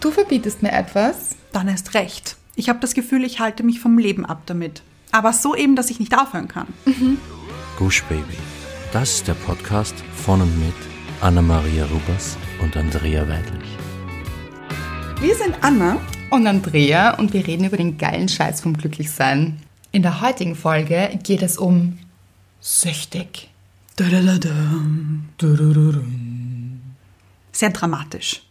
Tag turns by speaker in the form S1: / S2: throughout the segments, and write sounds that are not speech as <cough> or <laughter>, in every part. S1: Du verbietest mir etwas?
S2: Dann erst recht. Ich habe das Gefühl, ich halte mich vom Leben ab damit. Aber so eben, dass ich nicht aufhören kann.
S3: Gush Baby. Das ist der Podcast von und mit Anna-Maria Rubers und Andrea Weidlich.
S2: Wir sind Anna.
S1: Und Andrea und wir reden über den geilen Scheiß vom Glücklichsein. In der heutigen Folge geht es um süchtig.
S2: Sehr dramatisch.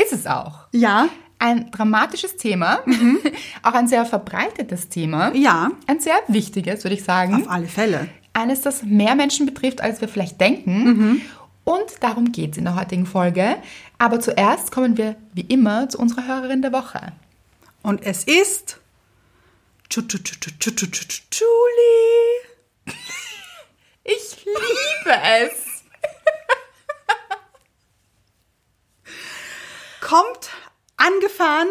S1: Ist es auch.
S2: Ja?
S1: Ein dramatisches Thema, <laughs> auch ein sehr verbreitetes Thema.
S2: Mhm. Ja.
S1: Ein sehr wichtiges, würde ich sagen.
S2: Auf alle Fälle.
S1: Eines, das mehr Menschen betrifft, als wir vielleicht denken.
S2: Mhm.
S1: Und darum geht es in der heutigen Folge. Aber zuerst kommen wir, wie immer, zu unserer Hörerin der Woche.
S2: Und es ist. Ju- Ju- Ju- Ju- Ju- Ju- Ju- Ju- Julie.
S1: Ich liebe es.
S2: Kommt angefahren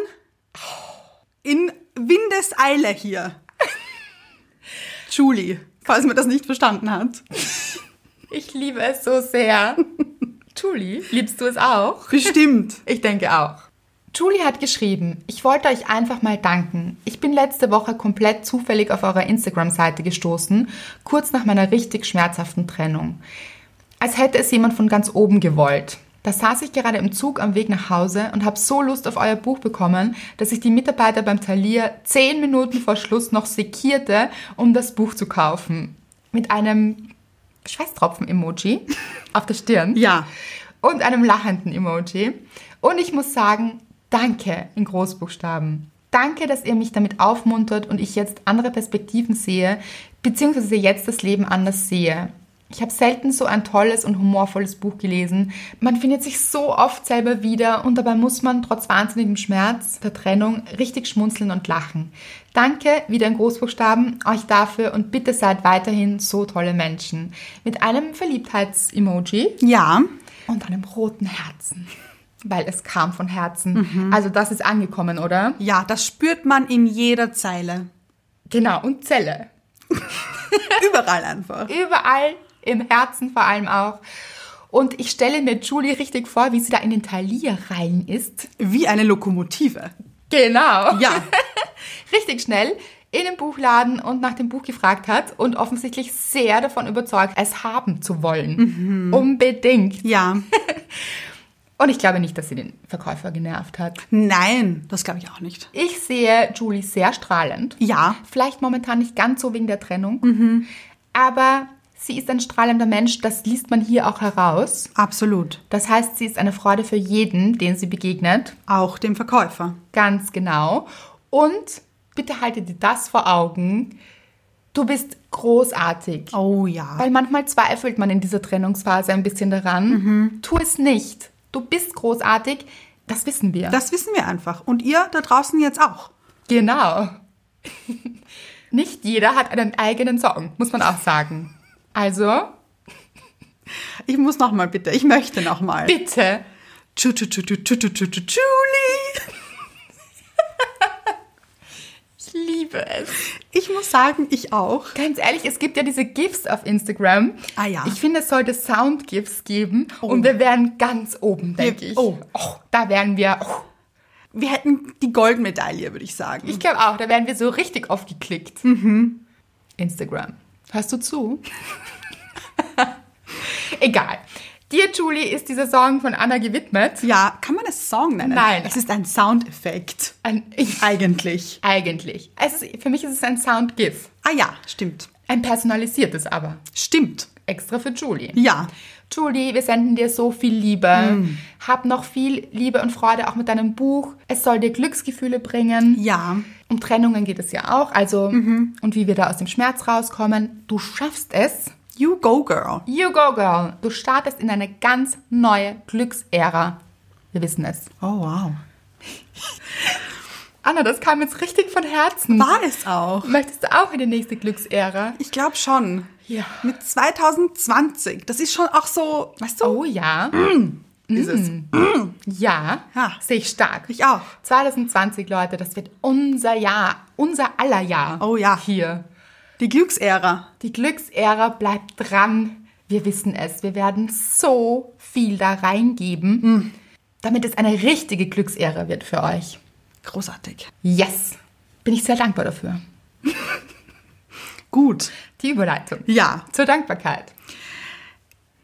S2: in Windeseile hier. Julie, falls man das nicht verstanden hat.
S1: Ich liebe es so sehr. Julie, liebst du es auch?
S2: Bestimmt.
S1: Ich denke auch. Julie hat geschrieben, ich wollte euch einfach mal danken. Ich bin letzte Woche komplett zufällig auf eurer Instagram-Seite gestoßen, kurz nach meiner richtig schmerzhaften Trennung. Als hätte es jemand von ganz oben gewollt. Da saß ich gerade im Zug am Weg nach Hause und habe so Lust auf euer Buch bekommen, dass ich die Mitarbeiter beim Talier zehn Minuten vor Schluss noch sekierte, um das Buch zu kaufen. Mit einem Schweißtropfen-Emoji auf der Stirn
S2: Ja.
S1: und einem lachenden Emoji. Und ich muss sagen, danke in Großbuchstaben. Danke, dass ihr mich damit aufmuntert und ich jetzt andere Perspektiven sehe, beziehungsweise jetzt das Leben anders sehe. Ich habe selten so ein tolles und humorvolles Buch gelesen. Man findet sich so oft selber wieder und dabei muss man trotz wahnsinnigem Schmerz der Trennung richtig schmunzeln und lachen. Danke, wieder in Großbuchstaben, euch dafür und bitte seid weiterhin so tolle Menschen. Mit einem Verliebtheits-Emoji
S2: Ja.
S1: und einem roten Herzen. Weil es kam von Herzen. Also das ist angekommen, oder?
S2: Ja, das spürt man in jeder Zeile.
S1: Genau, und Zelle.
S2: <laughs> Überall einfach.
S1: Überall, im Herzen vor allem auch. Und ich stelle mir Julie richtig vor, wie sie da in den Talier rein ist.
S2: Wie eine Lokomotive.
S1: Genau.
S2: Ja.
S1: <laughs>
S2: <laughs>
S1: Richtig schnell in den Buchladen und nach dem Buch gefragt hat und offensichtlich sehr davon überzeugt, es haben zu wollen. Unbedingt.
S2: Ja.
S1: Und ich glaube nicht, dass sie den Verkäufer genervt hat.
S2: Nein, das glaube ich auch nicht.
S1: Ich sehe Julie sehr strahlend.
S2: Ja.
S1: Vielleicht momentan nicht ganz so wegen der Trennung, aber sie ist ein strahlender Mensch, das liest man hier auch heraus.
S2: Absolut.
S1: Das heißt, sie ist eine Freude für jeden, den sie begegnet.
S2: Auch dem Verkäufer.
S1: Ganz genau. Und bitte halte dir das vor Augen. Du bist großartig.
S2: Oh ja.
S1: Weil manchmal zweifelt man in dieser Trennungsphase ein bisschen daran. Tu es nicht. Du bist großartig. Das wissen wir.
S2: Das wissen wir einfach. Und ihr da draußen jetzt auch.
S1: Genau. <laughs> Nicht jeder hat einen eigenen Song, muss man auch sagen. Also,
S2: Ich muss nochmal bitte. Ich möchte nochmal.
S1: bitte.
S2: Julie.
S1: Ich liebe es.
S2: Ich muss sagen, ich auch.
S1: Ganz ehrlich, es gibt ja diese GIFs auf Instagram.
S2: Ah ja.
S1: Ich finde, es sollte Sound-GIFs geben. Und wir wären ganz oben, denke ich.
S2: oh.
S1: da wären wir. Oh,
S2: Wir hätten die Goldmedaille, würde ich sagen.
S1: ich glaube auch, da wären wir so richtig oft geklickt.
S2: Mhm.
S1: Instagram. Hörst du zu? <laughs> Egal. Dir, Julie, ist dieser Song von Anna gewidmet.
S2: ja, kann man es Song nennen?
S1: Nein.
S2: Es ist ein Soundeffekt.
S1: Ein,
S2: Eigentlich.
S1: Eigentlich. Es ist, für mich ist es ein Sound-GIF.
S2: Ah ja, stimmt.
S1: Ein personalisiertes aber.
S2: Stimmt.
S1: Extra für Julie.
S2: Ja.
S1: Julie, wir senden dir so viel Liebe.
S2: Mm.
S1: Hab noch viel Liebe und Freude auch mit deinem Buch. Es soll dir Glücksgefühle bringen.
S2: Ja. Mhm.
S1: Um Trennungen geht es ja auch. Also, und wie wir da aus dem Schmerz rauskommen. Du schaffst es.
S2: You go, girl.
S1: You go, girl. Du startest in eine ganz neue Glücksära. Wir wissen es.
S2: Oh, wow.
S1: Anna, das kam jetzt richtig von Herzen.
S2: War es auch.
S1: Möchtest du auch in die nächste Glücksära?
S2: Ich glaube schon.
S1: Ja.
S2: Mit 2020. Das ist schon auch so, weißt du?
S1: Oh ja.
S2: Ist es.
S1: Ja,
S2: Ja.
S1: sehe ich stark.
S2: Ich auch.
S1: 2020, Leute, das wird unser Jahr, unser aller Jahr.
S2: Oh ja.
S1: Hier.
S2: Die Glücksära.
S1: Die Glücksära bleibt
S2: Hm.
S1: dran. Wir wissen es, wir werden so viel da reingeben. damit es eine richtige Glücksehre wird für euch.
S2: Großartig.
S1: Yes, bin ich sehr dankbar dafür.
S2: Gut.
S1: Die Überleitung
S2: Ja,
S1: zur Dankbarkeit.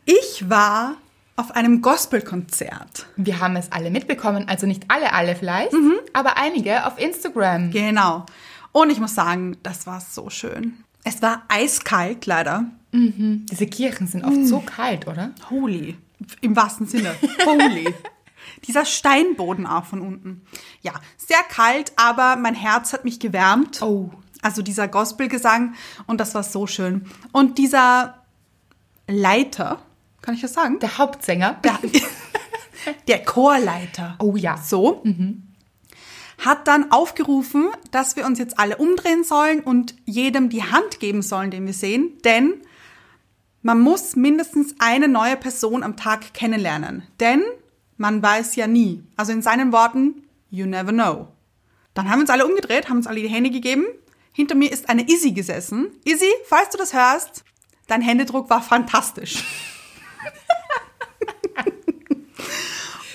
S2: ich war auf einem Gospelkonzert.
S1: Wir haben es alle mitbekommen, also nicht alle, alle vielleicht,
S2: Mhm.
S1: aber einige auf Instagram.
S2: Genau. Und ich muss sagen, das war so schön. Es war eiskalt, leider.
S1: Diese Kirchen sind
S2: Hm.
S1: oft so kalt, oder?
S2: Holy. Im wahrsten Sinne.
S1: <laughs>
S2: Holy. Dieser Steinboden auch von unten. Ja, sehr kalt, aber mein Herz hat mich gewärmt.
S1: Oh.
S2: Also dieser Gospelgesang und das war so schön. Und dieser Leiter, kann ich das sagen?
S1: Der Hauptsänger.
S2: Der, <laughs> der Chorleiter.
S1: Oh ja.
S2: So. Hat dann aufgerufen, dass wir uns jetzt alle umdrehen sollen und jedem die Hand geben sollen, den wir sehen, denn man muss mindestens eine neue Person am Tag kennenlernen, denn man weiß ja nie. Also in seinen Worten, you never know. Dann haben wir uns alle umgedreht, haben uns alle die Hände gegeben. Hinter mir ist eine Izzy gesessen. Izzy, falls du das hörst, dein Händedruck war fantastisch.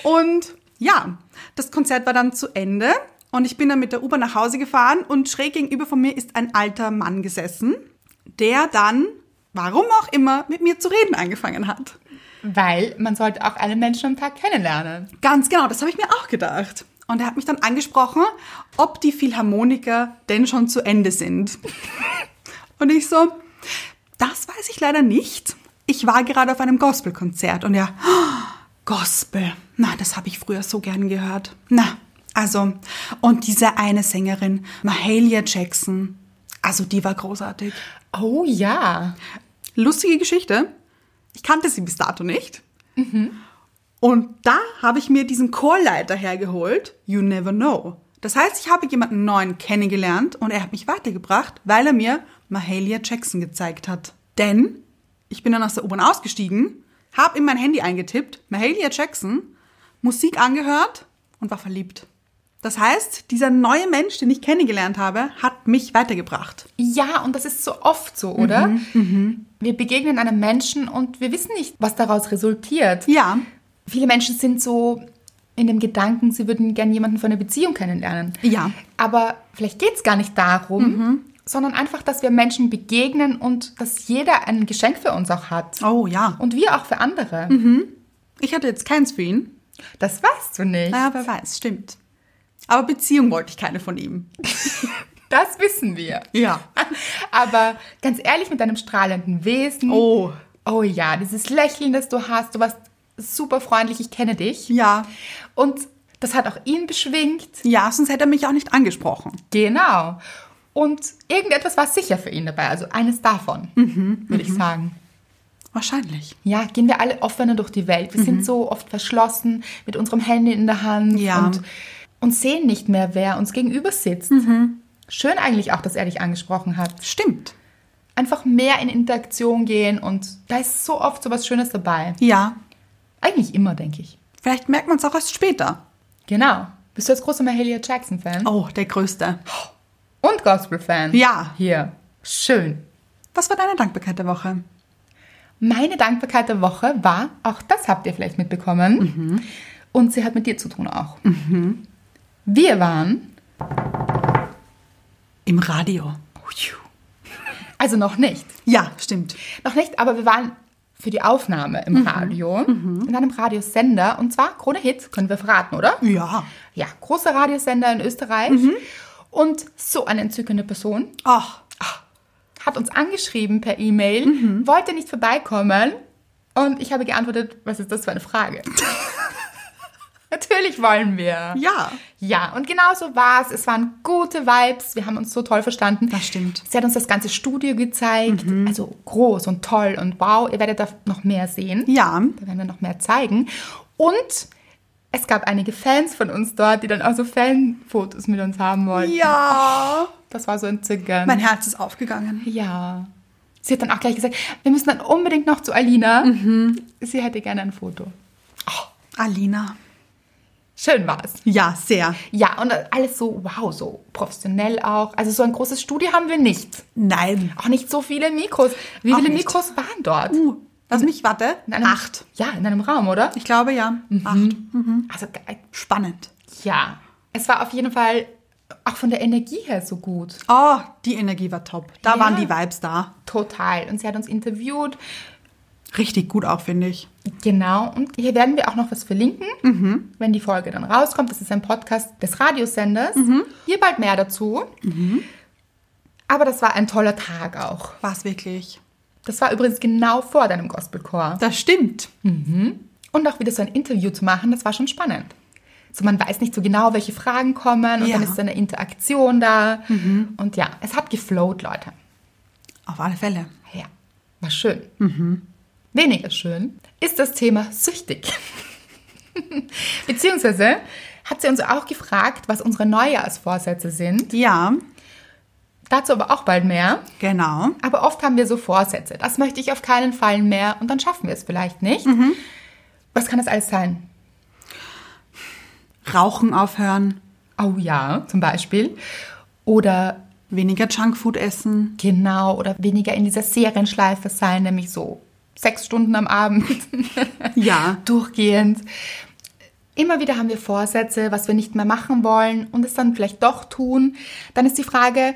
S2: Und ja, das Konzert war dann zu Ende und ich bin dann mit der Uber nach Hause gefahren und schräg gegenüber von mir ist ein alter Mann gesessen, der dann, warum auch immer, mit mir zu reden angefangen hat.
S1: Weil man sollte auch alle Menschen am Tag kennenlernen.
S2: Ganz genau, das habe ich mir auch gedacht. Und er hat mich dann angesprochen, ob die Philharmoniker denn schon zu Ende sind. Und ich so, das weiß ich leider nicht. Ich war gerade auf einem Gospelkonzert und er, <gasps> "Oh, Gospel, na, das habe ich früher so gern gehört. Na, also, und diese eine Sängerin, Mahalia Jackson, also die war großartig.
S1: Oh ja.
S2: Lustige Geschichte. Ich kannte sie bis dato nicht. Und da habe ich mir diesen Chorleiter hergeholt. You never know. Das heißt, ich habe jemanden neuen kennengelernt und er hat mich weitergebracht, weil er mir Mahalia Jackson gezeigt hat. Denn ich bin dann aus der U-Bahn ausgestiegen, habe in mein Handy eingetippt, Mahalia Jackson, Musik angehört und war verliebt. Das heißt, dieser neue Mensch, den ich kennengelernt habe, hat mich weitergebracht.
S1: Ja, und das ist so oft so, oder? Wir begegnen einem Menschen und wir wissen nicht, was daraus resultiert.
S2: Ja,
S1: Viele Menschen sind so in dem Gedanken, sie würden gern jemanden für eine Beziehung kennenlernen.
S2: Ja.
S1: Aber vielleicht geht es gar nicht darum, sondern einfach, dass wir Menschen begegnen und dass jeder ein Geschenk für uns auch hat.
S2: oh ja.
S1: Und wir auch für andere.
S2: Ich hatte jetzt keins für ihn.
S1: Das weißt du nicht.
S2: Naja, wer weiß, stimmt. Aber Beziehung wollte ich keine von ihm.
S1: Das wissen wir.
S2: Ja.
S1: <laughs> Aber ganz ehrlich, mit deinem strahlenden Wesen.
S2: Oh.
S1: Oh ja, dieses Lächeln, das du hast. Du warst super freundlich, ich kenne dich.
S2: Ja.
S1: Und das hat auch ihn beschwingt.
S2: Ja, sonst hätte er mich auch nicht angesprochen.
S1: Genau. Und irgendetwas war sicher für ihn dabei. Also eines davon,
S2: Mhm,
S1: würde ich sagen.
S2: Wahrscheinlich.
S1: Ja, gehen wir alle offener durch die Welt. Wir sind so oft verschlossen mit unserem Handy in der Hand
S2: Mhm. Ja.
S1: und, und sehen nicht mehr, wer uns gegenüber sitzt.
S2: Mhm.
S1: Schön eigentlich auch, dass er dich angesprochen hat.
S2: Stimmt.
S1: einfach mehr in Interaktion gehen und da ist so oft so was Schönes dabei.
S2: Ja.
S1: Eigentlich immer, denke ich.
S2: Vielleicht merkt man es auch erst später.
S1: Genau. Bist du als großer Mahalia Jackson-Fan?
S2: Oh, der Größte.
S1: Und Gospel-Fan?
S2: Ja.
S1: Hier. Schön.
S2: Was war deine Dankbarkeit der Woche?
S1: Meine Dankbarkeit der Woche war, auch das habt ihr vielleicht mitbekommen, und sie hat mit dir zu tun auch. Wir waren,
S2: Im Radio.
S1: also noch nicht,
S2: Ja, stimmt.
S1: noch nicht, aber wir waren für die Aufnahme im Radio, in einem Radiosender, und zwar Krone Hit, können wir verraten, oder?
S2: Ja.
S1: ja, großer Radiosender in Österreich und so eine entzückende Person
S2: Ach,
S1: hat uns angeschrieben per E-Mail, wollte nicht vorbeikommen und ich habe geantwortet, was ist das für eine Frage? Natürlich wollen wir.
S2: ja.
S1: Ja, und genau so war es. Es waren gute Vibes. Wir haben uns so toll verstanden.
S2: Das stimmt. Mhm.
S1: Sie hat uns das ganze Studio gezeigt. Also groß und toll und wow. Ihr werdet da noch mehr sehen.
S2: Ja.
S1: Da werden wir noch mehr zeigen. Und es gab einige Fans von uns dort, die dann auch so Fanfotos mit uns haben wollten.
S2: Ja.
S1: Das war so entzückend.
S2: Mein Herz ist aufgegangen.
S1: ja. Sie hat dann auch gleich gesagt, wir müssen dann unbedingt noch zu Alina.
S2: Mhm.
S1: Sie hätte gerne ein Foto.
S2: Alina.
S1: Schön war's.
S2: Ja, sehr.
S1: Ja, und alles so, wow, so professionell auch. Also so ein großes Studio haben wir nicht.
S2: Nein.
S1: Auch nicht so viele Mikros. Wie
S2: Auch
S1: viele
S2: nicht.
S1: Mikros waren dort?
S2: Uh, Lass mich, warte.
S1: In einem-
S2: Acht. Mhm.
S1: Ja, in einem Raum, oder?
S2: Ich glaube ja. Acht.
S1: Also, ge-
S2: Spannend.
S1: ja. Es war auf jeden Fall auch von der Energie her so gut.
S2: Oh, die Energie war top. Da
S1: Ja.
S2: waren die Vibes da.
S1: Total. Und sie hat uns interviewt.
S2: Richtig gut auch, finde ich.
S1: Genau. Und hier werden wir auch noch was verlinken,
S2: Mhm.
S1: wenn die Folge dann rauskommt. Das ist ein Podcast des Radiosenders.
S2: Mhm.
S1: Hier bald mehr dazu. Aber das war ein toller Tag auch.
S2: War es wirklich.
S1: Das war übrigens genau vor deinem Gospelchor.
S2: Das stimmt.
S1: Und auch wieder so ein Interview zu machen, das war schon spannend. So, man weiß nicht so genau, welche Fragen kommen und
S2: Ja.
S1: dann ist so eine Interaktion da. Und ja, es hat geflowt, Leute.
S2: Auf alle Fälle.
S1: Ja, war schön. Weniger schön ist das Thema süchtig. <laughs> Beziehungsweise hat sie uns auch gefragt, was unsere Neujahrsvorsätze sind.
S2: Ja,
S1: Dazu aber auch bald mehr.
S2: genau.
S1: Aber oft haben wir so Vorsätze. Das möchte ich auf keinen Fall mehr und dann schaffen wir es vielleicht nicht. Was kann das alles sein?
S2: Rauchen aufhören,
S1: Oh ja, zum Beispiel. Oder
S2: weniger Junkfood essen.
S1: genau, oder weniger in dieser Serienschleife sein, nämlich so sechs Stunden am Abend.
S2: <laughs>
S1: <laughs>
S2: Ja.
S1: durchgehend. Immer wieder haben wir Vorsätze, was wir nicht mehr machen wollen und es dann vielleicht doch tun. Dann ist die Frage,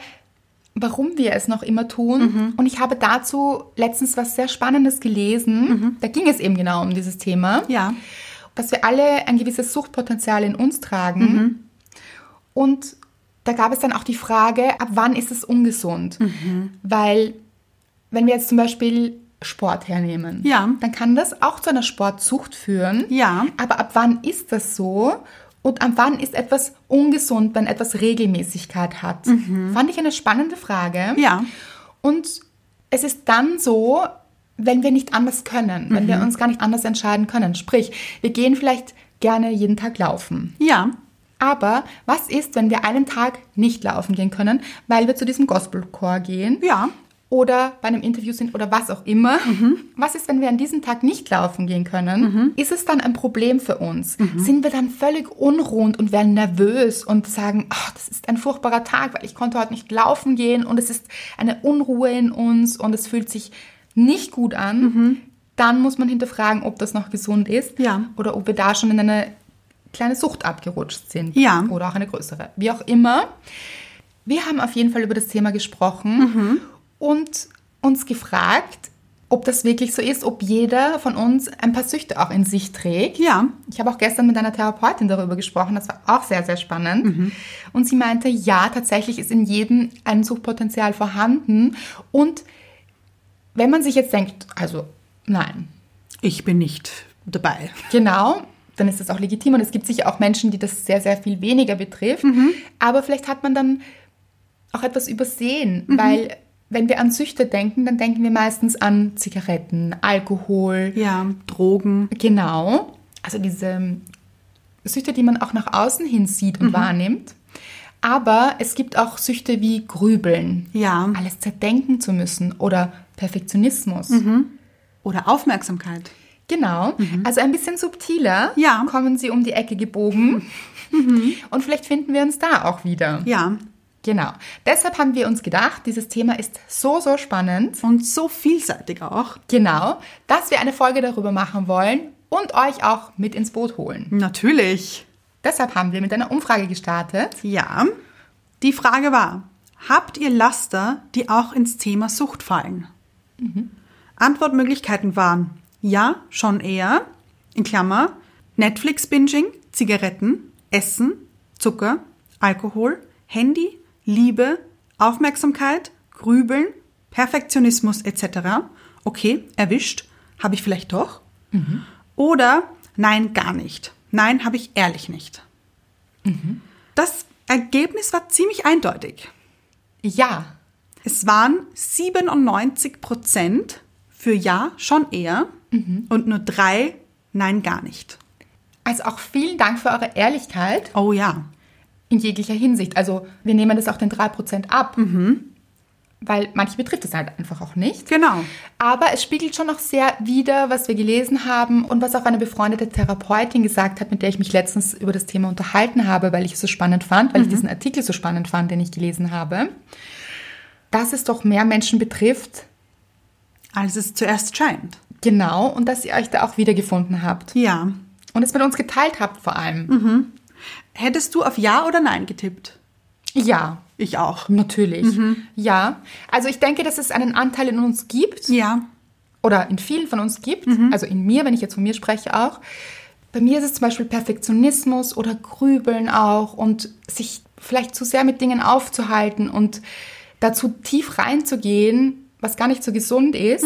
S1: warum wir es noch immer tun. Und ich habe dazu letztens was sehr Spannendes gelesen. Da ging es eben genau um dieses Thema,
S2: Ja.
S1: dass wir alle ein gewisses Suchtpotenzial in uns tragen.
S2: Mhm.
S1: Und da gab es dann auch die Frage, ab wann ist es ungesund?
S2: Mhm.
S1: Weil wenn wir jetzt zum Beispiel Sport hernehmen,
S2: Ja.
S1: dann kann das auch zu einer Sportsucht führen.
S2: Ja.
S1: Aber ab wann ist das so? Und ab wann ist etwas ungesund, wenn etwas Regelmäßigkeit hat? Fand ich eine spannende Frage.
S2: Mhm. Ja.
S1: Und es ist dann so, wenn wir nicht anders können, wenn wir uns gar nicht anders entscheiden können. Sprich, wir gehen vielleicht gerne jeden Tag laufen.
S2: Ja.
S1: Aber was ist, wenn wir einen Tag nicht laufen gehen können, weil wir zu diesem Gospelchor gehen?
S2: Ja.
S1: Oder bei einem Interview sind oder was auch immer.
S2: Mhm.
S1: Was ist, wenn wir an diesem Tag nicht laufen gehen können? Ist es dann ein Problem für uns?
S2: Mhm.
S1: Sind wir dann völlig unruhend und werden nervös und sagen, "Ah, das ist ein furchtbarer Tag, weil ich konnte heute nicht laufen gehen und es ist eine Unruhe in uns und es fühlt sich nicht gut an? Dann muss man hinterfragen, ob das noch gesund ist
S2: Mhm. Ja.
S1: oder ob wir da schon in eine kleine Sucht abgerutscht sind.
S2: Ja.
S1: Oder auch eine größere. Wie auch immer. Wir haben auf jeden Fall über das Thema gesprochen und uns gefragt, ob das wirklich so ist, ob jeder von uns ein paar Süchte auch in sich trägt.
S2: Ja.
S1: Ich habe auch gestern mit einer Therapeutin darüber gesprochen, das war auch sehr, sehr spannend. Und sie meinte, ja, tatsächlich ist in jedem ein Suchtpotenzial vorhanden. Und wenn man sich jetzt denkt, also nein,
S2: Ich bin nicht dabei.
S1: Genau, dann ist das auch legitim und es gibt sicher auch Menschen, die das sehr, sehr viel weniger betrifft.
S2: Mhm.
S1: Aber vielleicht hat man dann auch etwas übersehen,
S2: Mhm.
S1: weil wenn wir an Süchte denken, dann denken wir meistens an Zigaretten, Alkohol,
S2: Ja. Drogen.
S1: genau. Also diese Süchte, die man auch nach außen hin sieht
S2: Mhm.
S1: und wahrnimmt. Aber es gibt auch Süchte wie Grübeln,
S2: Ja.
S1: alles zerdenken zu müssen oder Perfektionismus.
S2: Mhm. Oder Aufmerksamkeit.
S1: Genau, also ein bisschen subtiler
S2: Mhm. Ja. Mhm.
S1: kommen sie um die Ecke gebogen und vielleicht finden wir uns da auch wieder.
S2: Ja.
S1: Genau, deshalb haben wir uns gedacht, dieses Thema ist so, so spannend,
S2: Und so vielseitig auch.
S1: genau, dass wir eine Folge darüber machen wollen und euch auch mit ins Boot holen.
S2: Natürlich.
S1: Deshalb haben wir mit einer Umfrage gestartet.
S2: Ja. Die Frage war, habt ihr Laster, die auch ins Thema Sucht fallen? Antwortmöglichkeiten waren ja, schon eher, in Klammer, Netflix-Binging, Zigaretten, Essen, Zucker, Alkohol, Handy, Liebe, Aufmerksamkeit, Grübeln, Perfektionismus etc. Okay, erwischt, habe ich vielleicht doch. Oder nein, gar nicht. Nein, habe ich ehrlich nicht. Das Ergebnis war ziemlich eindeutig.
S1: Ja,
S2: Es waren 97 Prozent für Ja, schon eher und nur drei Nein, gar nicht.
S1: also auch vielen Dank für eure Ehrlichkeit
S2: Oh ja.
S1: in jeglicher Hinsicht. Also wir nehmen das auch den 3% ab, weil manche betrifft es halt einfach auch nicht.
S2: Genau.
S1: Aber es spiegelt schon noch sehr wider, was wir gelesen haben und was auch eine befreundete Therapeutin gesagt hat, mit der ich mich letztens über das Thema unterhalten habe, weil ich es so spannend fand, weil ich diesen Artikel so spannend fand, den ich gelesen habe, dass es doch mehr Menschen betrifft,
S2: als Also es zuerst scheint.
S1: Genau, und dass ihr euch da auch wiedergefunden habt.
S2: Ja.
S1: Und es mit uns geteilt habt vor allem.
S2: Hättest du auf Ja oder Nein getippt?
S1: Ja,
S2: Ich auch.
S1: natürlich. Ja. Also ich denke, dass es einen Anteil in uns gibt
S2: Ja.
S1: oder in vielen von uns gibt, also in mir, wenn ich jetzt von mir spreche auch. Bei mir ist es zum Beispiel Perfektionismus oder Grübeln auch und sich vielleicht zu sehr mit Dingen aufzuhalten und dazu tief reinzugehen, was gar nicht so gesund ist.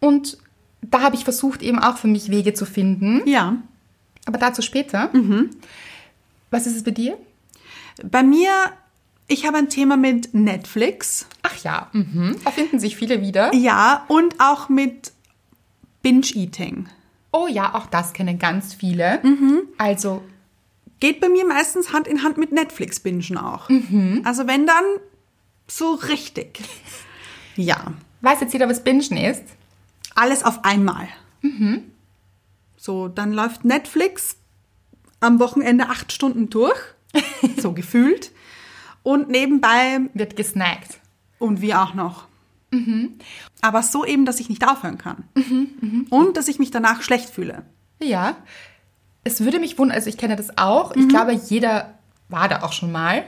S1: Und da habe ich versucht, eben auch für mich Wege zu finden.
S2: Ja.
S1: Aber dazu später. Was ist es bei dir?
S2: Bei mir, ich habe ein Thema mit Netflix.
S1: Ach ja, mhm. da finden sich viele wieder.
S2: Ja, und auch mit Binge-Eating.
S1: Oh ja, auch das kennen ganz viele.
S2: Mhm.
S1: Also,
S2: Geht bei mir meistens Hand in Hand mit Netflix-Bingen auch. Also wenn dann so richtig. Ja.
S1: weiß jetzt jeder, was Bingen ist?
S2: Alles auf einmal. So, dann läuft Netflix am Wochenende acht Stunden durch. so gefühlt. Und nebenbei
S1: Wird gesnackt.
S2: Und wir auch noch. Aber so eben, dass ich nicht aufhören kann. Und dass ich mich danach schlecht fühle.
S1: Ja. Es würde mich wundern, also ich kenne das auch.
S2: Mhm.
S1: Ich glaube, jeder war da auch schon mal.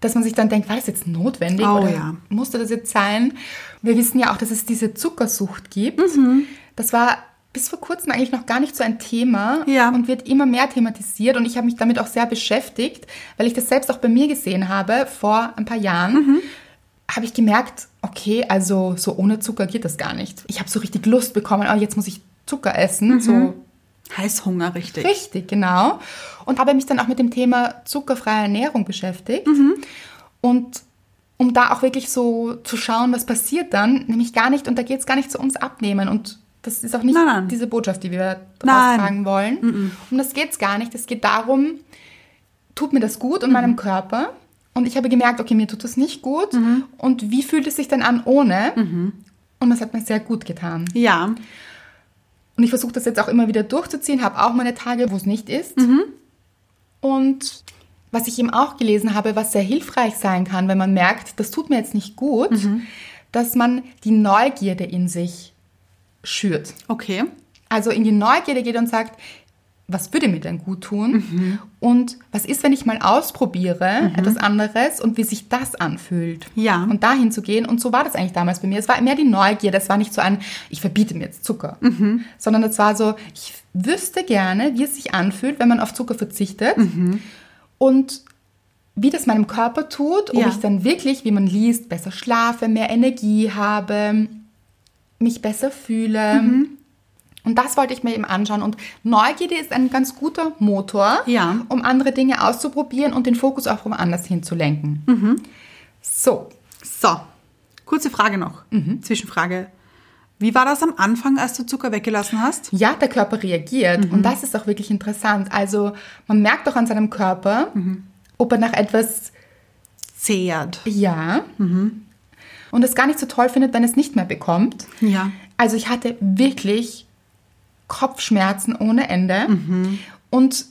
S1: Dass man sich dann denkt, war das jetzt notwendig
S2: Oh
S1: oder
S2: ja.
S1: musste das jetzt sein? Wir wissen ja auch, dass es diese Zuckersucht gibt.
S2: Mhm.
S1: Das war bis vor kurzem eigentlich noch gar nicht so ein Thema
S2: Ja.
S1: und wird immer mehr thematisiert. Und ich habe mich damit auch sehr beschäftigt, weil ich das selbst auch bei mir gesehen habe vor ein paar Jahren. Habe ich gemerkt, okay, also so ohne Zucker geht das gar nicht. Ich habe so richtig Lust bekommen, oh, jetzt muss ich Zucker essen, so
S2: Heißhunger, richtig.
S1: Richtig, genau. Und habe mich dann auch mit dem Thema zuckerfreie Ernährung beschäftigt.
S2: Mhm.
S1: Und um da auch wirklich so zu schauen, was passiert dann, nämlich gar nicht, und da geht es gar nicht so ums Abnehmen. Und das ist auch nicht
S2: Nein, nein.
S1: diese Botschaft, die wir
S2: Nein. Mhm.
S1: raustragen wollen. Um das geht es gar nicht. Es geht darum, tut mir das gut und meinem
S2: Mhm.
S1: Körper? Und ich habe gemerkt, okay, mir tut das nicht gut.
S2: Mhm.
S1: Und wie fühlt es sich denn an ohne? Und das hat mir sehr gut getan.
S2: Ja,
S1: Und ich versuche das jetzt auch immer wieder durchzuziehen, habe auch meine Tage, wo es nicht ist. Und was ich eben auch gelesen habe, was sehr hilfreich sein kann, wenn man merkt, das tut mir jetzt nicht gut, dass man die Neugierde in sich schürt.
S2: okay.
S1: Also in die Neugierde geht und sagt, was würde mir denn gut tun?
S2: Mhm.
S1: Und was ist, wenn ich mal ausprobiere etwas anderes und wie sich das anfühlt?
S2: Ja.
S1: Und dahin zu gehen. Und so war das eigentlich damals bei mir. Es war mehr die Neugier. Das war nicht so ein, ich verbiete mir jetzt Zucker.
S2: Mhm.
S1: Sondern es war so, ich wüsste gerne, wie es sich anfühlt, wenn man auf Zucker verzichtet.
S2: Mhm.
S1: Und wie das meinem Körper tut, ob
S2: Ja.
S1: ich dann wirklich, wie man liest, besser schlafe, mehr Energie habe, mich besser fühle.
S2: Mhm.
S1: Und das wollte ich mir eben anschauen. Und Neugierde ist ein ganz guter Motor,
S2: Ja.
S1: um andere Dinge auszuprobieren und den Fokus auch woanders hinzulenken.
S2: Mhm.
S1: So,
S2: So, kurze Frage noch. Zwischenfrage. Wie war das am Anfang, als du Zucker weggelassen hast?
S1: ja, der Körper reagiert.
S2: Mhm.
S1: Und das ist auch wirklich interessant. Also man merkt doch an seinem Körper,
S2: Mhm.
S1: ob er nach etwas
S2: Zehrt.
S1: ja und es gar nicht so toll findet, wenn es nicht mehr bekommt.
S2: Mhm. Ja.
S1: Also ich hatte wirklich Kopfschmerzen ohne Ende. Und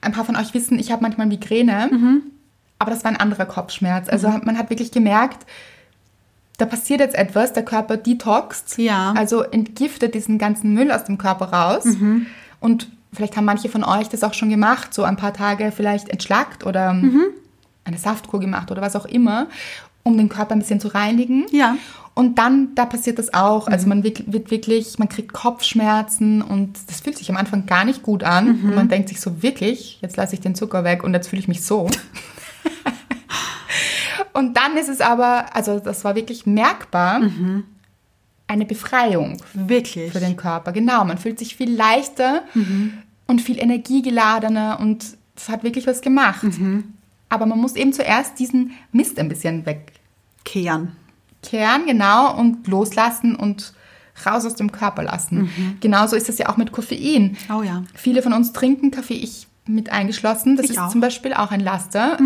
S1: ein paar von euch wissen, ich habe manchmal Migräne, aber das war ein anderer Kopfschmerz. Also hat- man hat wirklich gemerkt, da passiert jetzt etwas, der Körper detoxt,
S2: Ja.
S1: also entgiftet diesen ganzen Müll aus dem Körper raus. Und vielleicht haben manche von euch das auch schon gemacht, so ein paar Tage vielleicht entschlackt oder eine Saftkur gemacht oder was auch immer, um den Körper ein bisschen zu reinigen.
S2: Ja.
S1: Und dann, da passiert das auch. Also man wirk- wird wirklich, man kriegt Kopfschmerzen und das fühlt sich am Anfang gar nicht gut an. Und man denkt sich so, wirklich, jetzt lasse ich den Zucker weg und jetzt fühle ich mich so. und dann ist es aber, also das war wirklich merkbar, eine Befreiung
S2: Wirklich.
S1: für den Körper. Genau, man fühlt sich viel leichter und viel energiegeladener und es hat wirklich was gemacht. Aber man muss eben zuerst diesen Mist ein bisschen
S2: Kehren.
S1: wegkehren, genau, und loslassen und raus aus dem Körper lassen. Genauso ist das ja auch mit Koffein.
S2: Oh ja.
S1: Viele von uns trinken Kaffee, ich mit eingeschlossen. Das
S2: Ich
S1: ist
S2: auch. Mhm.
S1: zum Beispiel auch ein Laster.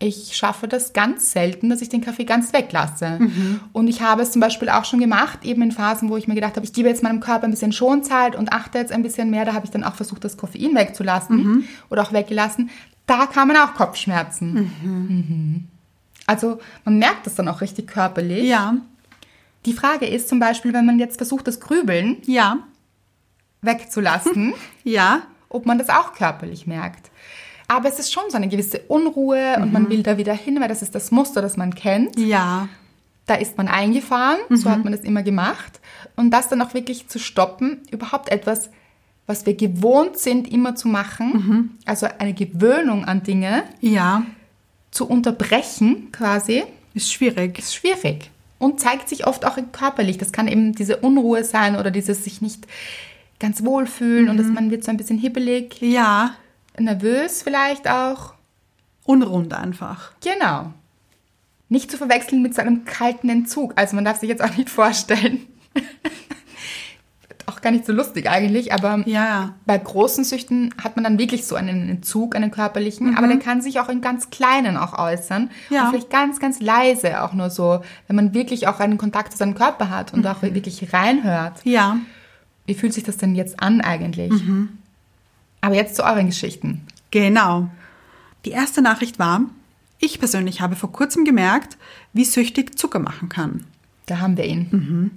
S1: Ich schaffe das ganz selten, dass ich den Kaffee ganz weglasse.
S2: Mhm.
S1: Und ich habe es zum Beispiel auch schon gemacht, eben in Phasen, wo ich mir gedacht habe, ich gebe jetzt meinem Körper ein bisschen Schonzeit und achte jetzt ein bisschen mehr. Da habe ich dann auch versucht, das Koffein wegzulassen
S2: Mhm.
S1: oder auch weggelassen. Da kamen auch Kopfschmerzen. Mhm. Also man merkt das dann auch richtig körperlich
S2: Ja.
S1: Die Frage ist zum Beispiel, wenn man jetzt versucht, das Grübeln
S2: Ja, <laughs>
S1: wegzulassen,
S2: ja,
S1: ob man das auch körperlich merkt. Aber es ist schon so eine gewisse Unruhe und man will da wieder hin, weil das ist das Muster, das man kennt.
S2: ja.
S1: Da ist man eingefahren, so hat man das immer gemacht. Und das dann auch wirklich zu stoppen, überhaupt etwas, was wir gewohnt sind, immer zu machen, also eine Gewöhnung an Dinge,
S2: Ja,
S1: zu unterbrechen quasi,
S2: ist schwierig.
S1: ist schwierig und zeigt sich oft auch körperlich. Das kann eben diese Unruhe sein oder dieses sich nicht ganz wohlfühlen und dass man wird so ein bisschen hibbelig,
S2: Ja,
S1: nervös vielleicht auch.
S2: unrund einfach.
S1: Genau. Nicht zu verwechseln mit so einem kalten Entzug. Also man darf sich jetzt auch nicht vorstellen. <laughs> auch gar nicht so lustig eigentlich, aber
S2: Ja, ja.
S1: bei großen Süchten hat man dann wirklich so einen Entzug, einen körperlichen, aber der kann sich auch in ganz kleinen auch äußern.
S2: Mhm. Ja.
S1: Und vielleicht ganz, ganz leise auch nur so, wenn man wirklich auch einen Kontakt zu seinem Körper hat und auch wirklich reinhört.
S2: Mhm. Ja.
S1: Wie fühlt sich das denn jetzt an eigentlich?
S2: Mhm.
S1: Aber jetzt zu euren Geschichten.
S2: Genau. Die erste Nachricht war, ich persönlich habe vor kurzem gemerkt, wie süchtig Zucker machen kann.
S1: Da haben wir
S2: Mhm.
S1: ihn.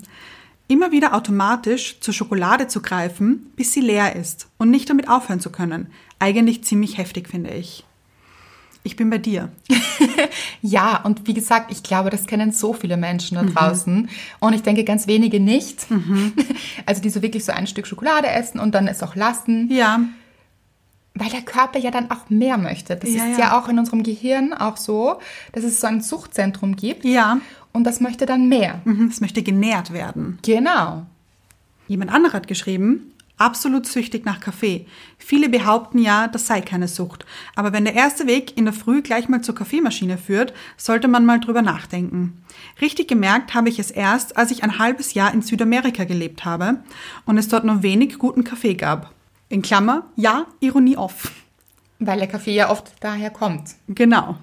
S2: Immer wieder automatisch zur Schokolade zu greifen, bis sie leer ist und nicht damit aufhören zu können. Eigentlich ziemlich heftig, finde ich. Ich bin bei dir.
S1: <laughs> Ja, und wie gesagt, ich glaube, das kennen so viele Menschen
S2: Mhm.
S1: da draußen. Und ich denke, ganz wenige nicht. <laughs> Also die so wirklich so ein Stück Schokolade essen und dann es auch lassen,
S2: Ja,
S1: weil der Körper ja dann auch mehr möchte. Das
S2: Ja,
S1: ist
S2: ja.
S1: ja. auch in unserem Gehirn auch so, dass es so ein Suchtzentrum gibt.
S2: ja.
S1: Und das möchte dann mehr.
S2: Mhm, Es möchte genährt werden.
S1: Genau.
S2: Jemand anderer hat geschrieben, absolut süchtig nach Kaffee. Viele behaupten ja, das sei keine Sucht. Aber wenn der erste Weg in der Früh gleich mal zur Kaffeemaschine führt, sollte man mal drüber nachdenken. Richtig gemerkt habe ich es erst, als ich ein halbes Jahr in Südamerika gelebt habe und es dort nur wenig guten Kaffee gab. In Klammer, ja, Ironie off. <laughs>
S1: Weil der Kaffee ja oft daher kommt.
S2: Genau.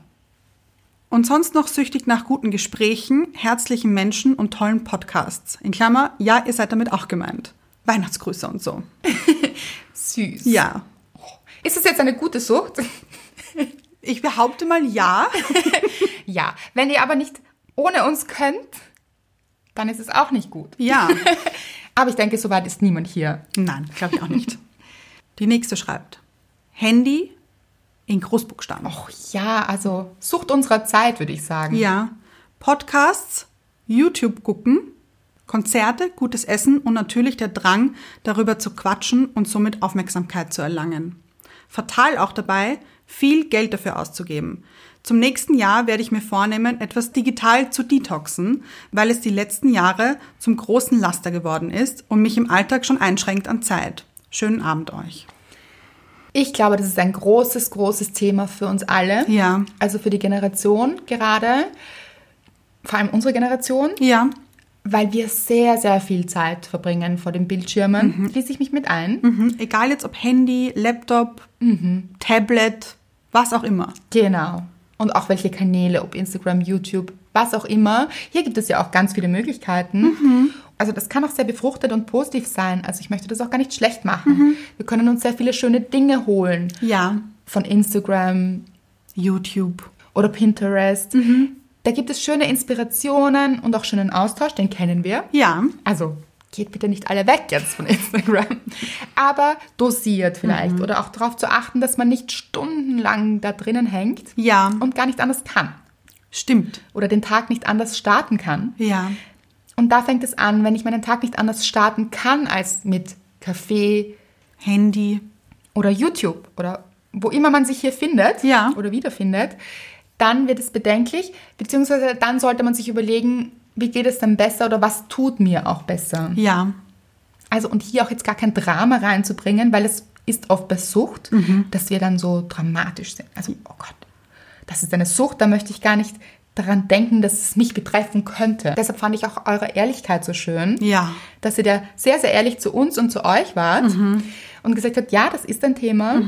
S2: Und sonst noch süchtig nach guten Gesprächen, herzlichen Menschen und tollen Podcasts. In Klammer, ja, ihr seid damit auch gemeint. Weihnachtsgrüße und so.
S1: Süß. Oh.
S2: Ja.
S1: Ist das jetzt eine gute Sucht? <laughs>
S2: Ich behaupte mal ja.
S1: ja. Wenn ihr aber nicht ohne uns könnt, dann ist es auch nicht gut.
S2: <laughs> Ja.
S1: <laughs> Aber ich denke, soweit ist niemand hier.
S2: Nein, glaube ich auch <laughs> nicht. Die nächste schreibt: Handy in Großbuchstaben.
S1: Och Oh ja, also Sucht unserer Zeit, würde ich sagen.
S2: Ja. Podcasts, YouTube gucken, Konzerte, gutes Essen und natürlich der Drang, darüber zu quatschen und somit Aufmerksamkeit zu erlangen. Fatal auch dabei, viel Geld dafür auszugeben. Zum nächsten Jahr werde ich mir vornehmen, etwas digital zu detoxen, weil es die letzten Jahre zum großen Laster geworden ist und mich im Alltag schon einschränkt an Zeit. Schönen Abend euch.
S1: Ich glaube, das ist ein großes, großes Thema für uns alle.
S2: Ja.
S1: Also für die Generation gerade, vor allem unsere Generation,
S2: Ja,
S1: weil wir sehr, sehr viel Zeit verbringen vor den Bildschirmen. Schließe ich mich mit ein.
S2: mhm. egal jetzt ob Handy, Laptop, Mhm. Tablet, was auch immer.
S1: Genau. Und auch welche Kanäle, ob Instagram, YouTube, was auch immer. Hier gibt es ja auch ganz viele Möglichkeiten. Also das kann auch sehr befruchtet und positiv sein. Also ich möchte das auch gar nicht schlecht machen. Wir können uns sehr viele schöne Dinge holen
S2: Ja,
S1: von Instagram,
S2: YouTube.
S1: oder Pinterest. Da gibt es schöne Inspirationen und auch schönen Austausch, den kennen wir.
S2: Ja,
S1: Also geht bitte nicht alle weg jetzt von Instagram, aber dosiert vielleicht
S2: Mhm.
S1: oder auch darauf zu achten, dass man nicht stundenlang da drinnen hängt
S2: Ja.
S1: und gar nicht anders kann
S2: stimmt.
S1: oder den Tag nicht anders starten kann.
S2: Ja,
S1: Und da fängt es an, wenn ich meinen Tag nicht anders starten kann als mit Kaffee
S2: Handy.
S1: oder YouTube oder wo immer man sich hier findet
S2: Ja.
S1: oder wiederfindet, dann wird es bedenklich, beziehungsweise dann sollte man sich überlegen, wie geht es dann besser oder was tut mir auch besser.
S2: Ja,
S1: Also und hier auch jetzt gar kein Drama reinzubringen, weil es ist oft bei Sucht, dass wir dann so dramatisch sind. Also, oh Gott, das ist eine Sucht, da möchte ich gar nicht daran denken, dass es mich betreffen könnte. Deshalb fand ich auch eure Ehrlichkeit so schön
S2: ja,
S1: dass ihr da sehr, sehr ehrlich zu uns und zu euch wart und gesagt habt, ja, das ist ein Thema.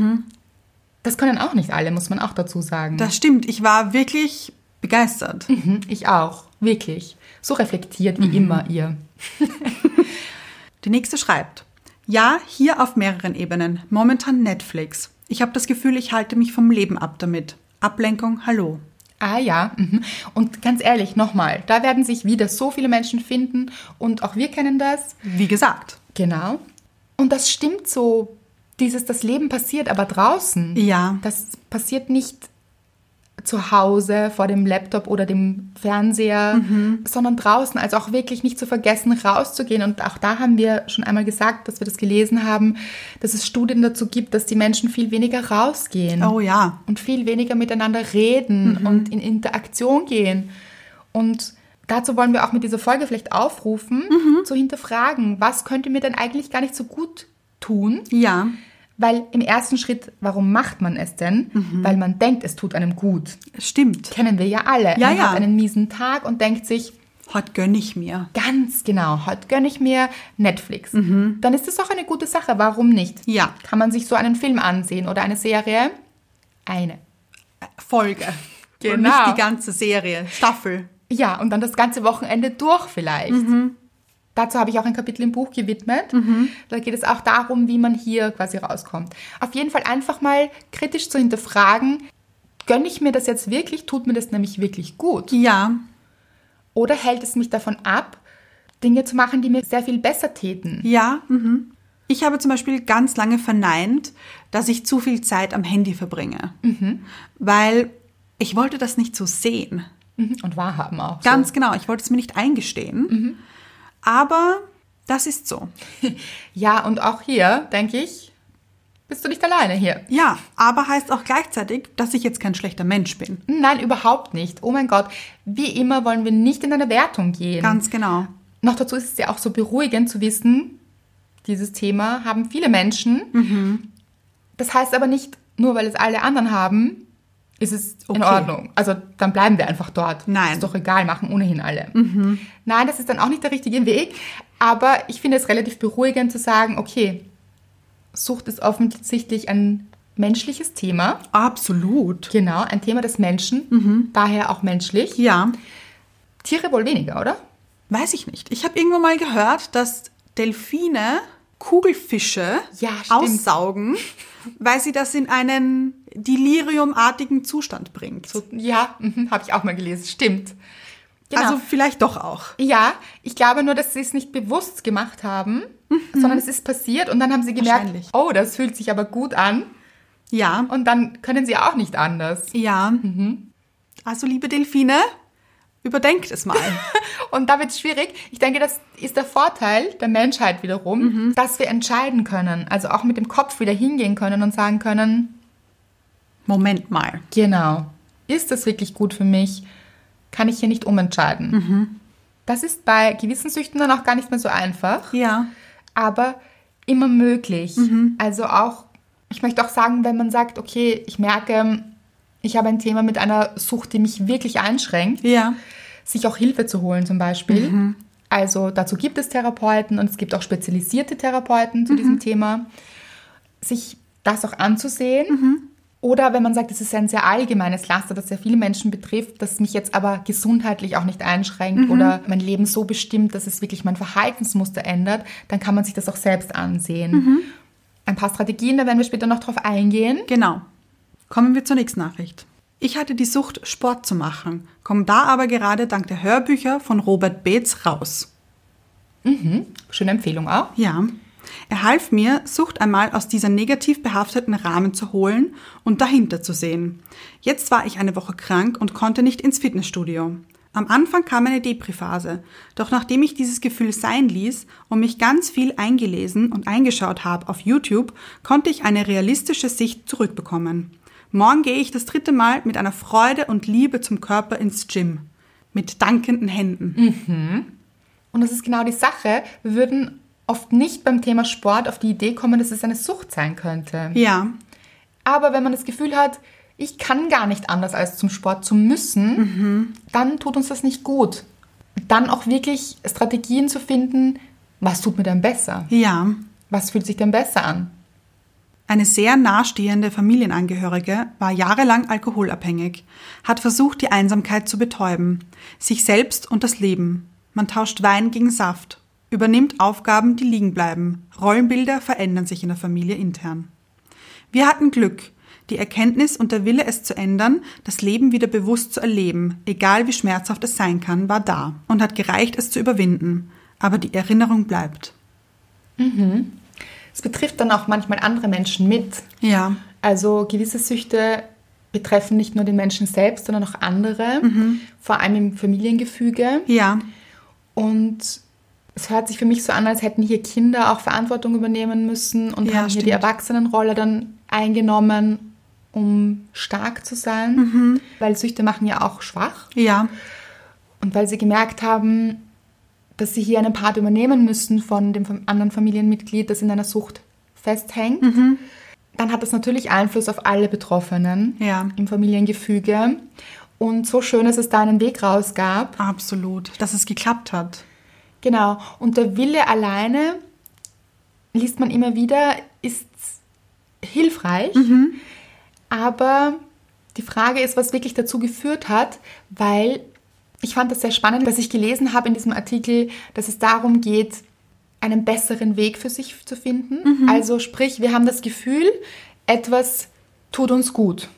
S1: Das können auch nicht alle, muss man auch dazu sagen.
S2: das stimmt. Ich war wirklich begeistert.
S1: Mhm, ich auch, wirklich. So reflektiert wie immer ihr.
S2: Die nächste schreibt, ja, hier auf mehreren Ebenen, momentan Netflix. Ich habe das Gefühl, ich halte mich vom Leben ab damit. Ablenkung, hallo.
S1: Ah ja, mhm. und ganz ehrlich, nochmal, da werden sich wieder so viele Menschen finden und auch wir kennen das.
S2: Wie gesagt.
S1: Genau. Und das stimmt so, dieses, das Leben passiert aber draußen.
S2: Ja.
S1: Das passiert nicht zu Hause vor dem Laptop oder dem Fernseher,
S2: Mhm.
S1: sondern draußen. Also auch wirklich nicht zu vergessen, rauszugehen. Und auch da haben wir schon einmal gesagt, dass wir das gelesen haben, dass es Studien dazu gibt, dass die Menschen viel weniger rausgehen
S2: Oh ja.
S1: und viel weniger miteinander reden
S2: Mhm.
S1: und in Interaktion gehen. Und dazu wollen wir auch mit dieser Folge vielleicht aufrufen,
S2: Mhm.
S1: zu hinterfragen, was könnte mir denn eigentlich gar nicht so gut tun?
S2: Ja.
S1: Weil im ersten Schritt, warum macht man es denn?
S2: Mhm.
S1: Weil man denkt, es tut einem gut.
S2: Stimmt.
S1: Kennen wir ja alle.
S2: Ja,
S1: man
S2: ja.
S1: hat einen miesen Tag und denkt sich,
S2: Heute gönn ich mir.
S1: ganz genau, heute gönne ich mir Netflix. Dann ist das auch eine gute Sache. Warum nicht?
S2: Mhm. Ja.
S1: Kann man sich so einen Film ansehen oder eine Serie? Eine.
S2: Folge. Und
S1: Genau.
S2: nicht die ganze Serie. Staffel.
S1: Ja, und dann das ganze Wochenende durch vielleicht.
S2: Mhm.
S1: Dazu habe ich auch ein Kapitel im Buch gewidmet. Da geht es auch darum, wie man hier quasi rauskommt. Auf jeden Fall einfach mal kritisch zu hinterfragen, gönne ich mir das jetzt wirklich, tut mir das nämlich wirklich gut?
S2: Ja.
S1: Oder hält es mich davon ab, Dinge zu machen, die mir sehr viel besser täten?
S2: Ja. Mhm. Ich habe zum Beispiel ganz lange verneint, dass ich zu viel Zeit am Handy verbringe. Weil ich wollte das nicht so sehen.
S1: Mhm. Und wahrhaben auch.
S2: Ganz genau. Ich wollte es mir nicht eingestehen. Aber das ist so.
S1: so. Ja, und auch hier, denke ich, bist du nicht alleine hier.
S2: Ja, aber heißt auch gleichzeitig, dass ich jetzt kein schlechter Mensch bin.
S1: Nein, überhaupt nicht. Oh mein Gott, wie immer wollen wir nicht in eine Wertung gehen.
S2: Ganz genau.
S1: Noch dazu ist es ja auch so beruhigend zu wissen, dieses Thema haben viele Menschen.
S2: Mhm.
S1: Das heißt aber nicht, nur weil es alle anderen haben, ist es in
S2: Okay.
S1: Ordnung. Also dann bleiben wir einfach dort.
S2: Nein. Mhm.
S1: Ist doch egal, machen ohnehin alle. Nein, das ist dann auch nicht der richtige Weg. Aber ich finde es relativ beruhigend zu sagen, okay, Sucht ist offensichtlich ein menschliches Thema.
S2: Absolut.
S1: Genau, ein Thema des Menschen. Daher auch menschlich.
S2: Mhm. Ja,
S1: Tiere wohl weniger, oder?
S2: weiß ich nicht. Ich habe irgendwann mal gehört, dass Delfine Kugelfische
S1: Ja, stimmt.
S2: aussaugen, weil sie das in einen deliriumartigen Zustand bringt.
S1: Ja, habe ich auch mal gelesen. Stimmt. genau.
S2: Also vielleicht doch auch.
S1: ja, ich glaube nur, dass sie es nicht bewusst gemacht haben, sondern es ist passiert und dann haben sie gemerkt,
S2: Wahrscheinlich.
S1: oh, das fühlt sich aber gut an
S2: Ja.
S1: und dann können sie auch nicht anders.
S2: Ja.
S1: Mhm.
S2: Also liebe Delfine, überdenkt es mal.
S1: <laughs> Und da wird es schwierig. Ich denke, das ist der Vorteil der Menschheit wiederum, dass wir entscheiden können, also auch mit dem Kopf wieder hingehen können und sagen können,
S2: Moment mal.
S1: Genau. Ist das wirklich gut für mich? Kann ich hier nicht umentscheiden? Das ist bei gewissen Süchten dann auch gar nicht mehr so einfach,
S2: Ja.
S1: aber immer möglich. Also auch, ich möchte auch sagen, wenn man sagt, okay, ich merke, ich habe ein Thema mit einer Sucht, die mich wirklich einschränkt,
S2: Ja.
S1: sich auch Hilfe zu holen zum Beispiel. Also dazu gibt es Therapeuten und es gibt auch spezialisierte Therapeuten zu diesem Thema. Sich das auch anzusehen. Oder wenn man sagt, es ist ein sehr allgemeines Laster, das sehr viele Menschen betrifft, das mich jetzt aber gesundheitlich auch nicht einschränkt oder mein Leben so bestimmt, dass es wirklich mein Verhaltensmuster ändert, dann kann man sich das auch selbst ansehen. Ein paar Strategien, da werden wir später noch drauf eingehen.
S2: Genau. Kommen wir zur nächsten Nachricht. Ich hatte die Sucht, Sport zu machen, komme da aber gerade dank der Hörbücher von Robert Beetz raus.
S1: Schöne Empfehlung auch.
S2: Ja. Er half mir, Sucht einmal aus dieser negativ behafteten Rahmen zu holen und dahinter zu sehen. Jetzt war ich eine Woche krank und konnte nicht ins Fitnessstudio. Am Anfang kam eine Depri-Phase, doch nachdem ich dieses Gefühl sein ließ und mich ganz viel eingelesen und eingeschaut habe auf YouTube, konnte ich eine realistische Sicht zurückbekommen. Morgen gehe ich das dritte Mal mit einer Freude und Liebe zum Körper ins Gym. Mit dankenden Händen.
S1: Und das ist genau die Sache. Wir würden oft nicht beim Thema Sport auf die Idee kommen, dass es eine Sucht sein könnte.
S2: Ja,
S1: Aber wenn man das Gefühl hat, ich kann gar nicht anders als zum Sport zu müssen, dann tut uns das nicht gut. Dann auch wirklich Strategien zu finden, was tut mir denn besser?
S2: ja.
S1: Was fühlt sich denn besser an?
S2: Eine sehr nahestehende Familienangehörige war jahrelang alkoholabhängig, hat versucht, die Einsamkeit zu betäuben, sich selbst und das Leben. Man tauscht Wein gegen Saft, übernimmt Aufgaben, die liegen bleiben. Rollenbilder verändern sich in der Familie intern. Wir hatten Glück. die Erkenntnis und der Wille, es zu ändern, das Leben wieder bewusst zu erleben, egal wie schmerzhaft es sein kann, war da und hat gereicht, es zu überwinden. Aber die Erinnerung bleibt.
S1: Es betrifft dann auch manchmal andere Menschen mit.
S2: Ja.
S1: Also gewisse Süchte betreffen nicht nur den Menschen selbst, sondern auch andere, vor allem im Familiengefüge.
S2: Ja.
S1: Und es hört sich für mich so an, als hätten hier Kinder auch Verantwortung übernehmen müssen und
S2: Ja,
S1: haben hier die
S2: stimmt.
S1: Erwachsenenrolle dann eingenommen, um stark zu sein.
S2: Mhm.
S1: Weil Süchte machen ja auch schwach.
S2: Ja.
S1: Und weil sie gemerkt haben, dass sie hier einen Part übernehmen müssen von dem fam- anderen Familienmitglied, das in einer Sucht festhängt,
S2: Mhm.
S1: dann hat das natürlich Einfluss auf alle Betroffenen
S2: Ja.
S1: im Familiengefüge. Und so schön, dass es da einen Weg raus gab.
S2: Absolut. Dass es geklappt hat.
S1: Genau. Und der Wille alleine, liest man immer wieder, ist hilfreich. Aber die Frage ist, was wirklich dazu geführt hat, weil ich fand das sehr spannend, dass ich gelesen habe in diesem Artikel, dass es darum geht, einen besseren Weg für sich zu finden. Also sprich, wir haben das Gefühl, etwas tut uns gut.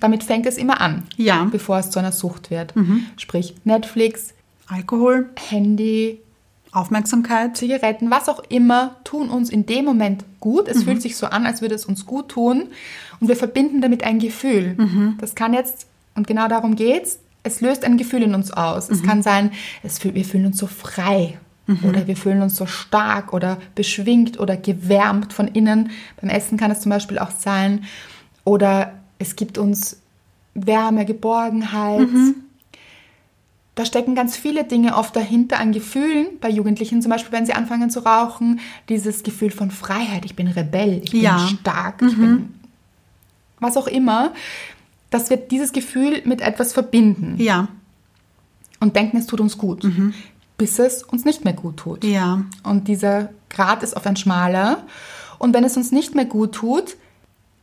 S1: Damit fängt es immer an,
S2: Ja.
S1: bevor es zu einer Sucht wird. Sprich, Netflix,
S2: Alkohol,
S1: Handy,
S2: Aufmerksamkeit.
S1: Zigaretten, was auch immer, tun uns in dem Moment gut. Es fühlt sich so an, als würde es uns gut tun. Und wir verbinden damit ein Gefühl. Das kann jetzt, und genau darum geht's, es löst ein Gefühl in uns aus. Es kann sein, es fühl, wir fühlen uns so frei. Oder wir fühlen uns so stark oder beschwingt oder gewärmt von innen. Beim Essen kann es zum Beispiel auch sein. Oder es gibt uns Wärme, Geborgenheit. Da stecken ganz viele Dinge oft dahinter an Gefühlen. Bei Jugendlichen zum Beispiel, wenn sie anfangen zu rauchen, dieses Gefühl von Freiheit, ich bin Rebell, ich bin
S2: Ja. Mhm.
S1: stark, ich bin was auch immer. Dass wir dieses Gefühl mit etwas verbinden
S2: Ja. Mhm.
S1: und denken, es tut uns gut, bis es uns nicht mehr gut tut.
S2: Ja.
S1: Und dieser Grad ist oft ein schmaler. Und wenn es uns nicht mehr gut tut,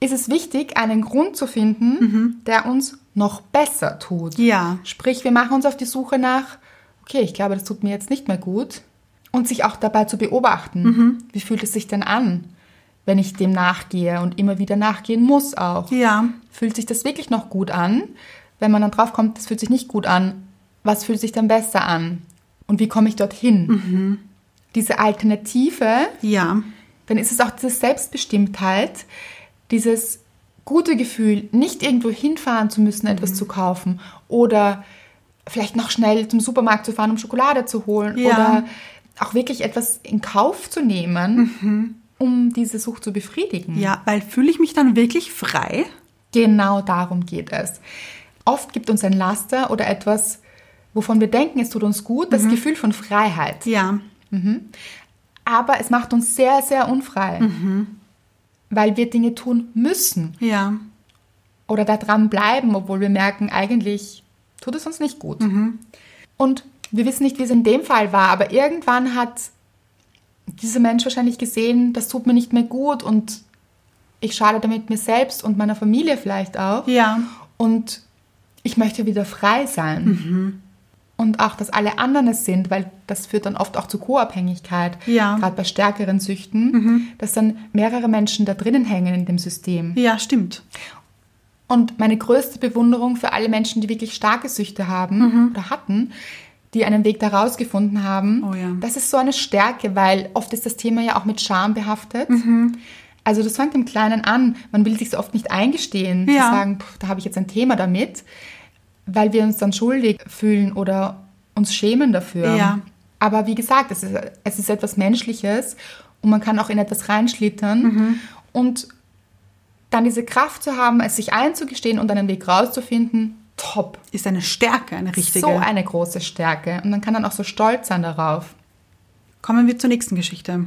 S1: ist es wichtig, einen Grund zu finden, der uns noch besser tut.
S2: Mhm. Ja.
S1: Sprich, wir machen uns auf die Suche nach, okay, ich glaube, das tut mir jetzt nicht mehr gut. Und sich auch dabei zu beobachten,
S2: Mhm.
S1: wie fühlt es sich denn an, wenn ich dem nachgehe und immer wieder nachgehen muss auch.
S2: Ja.
S1: Fühlt sich das wirklich noch gut an? Wenn man dann drauf kommt, das fühlt sich nicht gut an, was fühlt sich dann besser an? Und wie komme ich dorthin? Diese Alternative,
S2: Ja.
S1: dann ist es auch diese Selbstbestimmtheit, dieses gute Gefühl, nicht irgendwo hinfahren zu müssen, etwas zu kaufen oder vielleicht noch schnell zum Supermarkt zu fahren, um Schokolade zu holen
S2: Ja.
S1: oder auch wirklich etwas in Kauf zu nehmen, um diese Sucht zu befriedigen.
S2: Ja. Weil fühle ich mich dann wirklich frei?
S1: Genau darum geht es. Oft gibt uns ein Laster oder etwas, wovon wir denken, es tut uns gut, das Gefühl von Freiheit.
S2: Ja.
S1: Aber es macht uns sehr, sehr unfrei, weil wir Dinge tun müssen
S2: Ja.
S1: oder da dran bleiben, obwohl wir merken, eigentlich tut es uns nicht gut. Und wir wissen nicht, wie es in dem Fall war, aber irgendwann hat dieser Mensch wahrscheinlich gesehen, das tut mir nicht mehr gut und ich schade damit mir selbst und meiner Familie vielleicht auch.
S2: Ja.
S1: Und ich möchte wieder frei sein.
S2: Mhm.
S1: Und auch, dass alle anderen es sind, weil das führt dann oft auch zu Co-Abhängigkeit,
S2: Ja. Mhm.
S1: gerade bei stärkeren Süchten, dass dann mehrere Menschen da drinnen hängen in dem System.
S2: Ja, stimmt.
S1: Und meine größte Bewunderung für alle Menschen, die wirklich starke Süchte
S2: Mhm.
S1: haben oder hatten, die einen Weg da rausgefunden haben,
S2: Oh ja.
S1: das ist so eine Stärke, weil oft ist das Thema ja auch mit Scham behaftet.
S2: Mhm.
S1: Also das fängt im Kleinen an. Man will sich so oft nicht eingestehen,
S2: Ja.
S1: zu sagen, "Pff, da habe ich jetzt ein Thema damit, weil wir uns dann schuldig fühlen oder uns schämen dafür.
S2: Ja.
S1: Aber wie gesagt, es ist, es ist etwas Menschliches und man kann auch in etwas reinschlittern.
S2: Mhm.
S1: Und dann diese Kraft zu haben, es sich einzugestehen und einen Weg rauszufinden, top.
S2: Ist eine Stärke, eine richtige.
S1: So eine große Stärke. Und man kann dann auch so stolz sein darauf.
S2: Kommen wir zur nächsten Geschichte.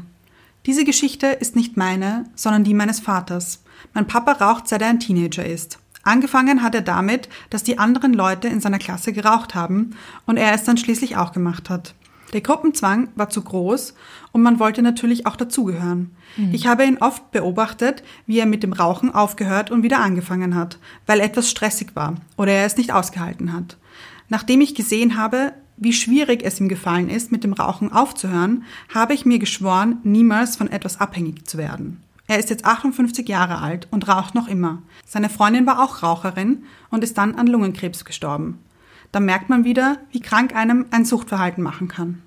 S2: Diese Geschichte ist nicht meine, sondern die meines Vaters. Mein Papa raucht, seit er ein Teenager ist. Angefangen hat er damit, dass die anderen Leute in seiner Klasse geraucht haben und er es dann schließlich auch gemacht hat. Der Gruppenzwang war zu groß und man wollte natürlich auch dazugehören. Ich habe ihn oft beobachtet, wie er mit dem Rauchen aufgehört und wieder angefangen hat, weil etwas stressig war oder er es nicht ausgehalten hat. Nachdem ich gesehen habe, wie schwierig es ihm gefallen ist, mit dem Rauchen aufzuhören, habe ich mir geschworen, niemals von etwas abhängig zu werden. Er ist jetzt 58 Jahre alt und raucht noch immer. Seine Freundin war auch Raucherin und ist dann an Lungenkrebs gestorben. Da merkt man wieder, wie krank einem ein Suchtverhalten machen kann.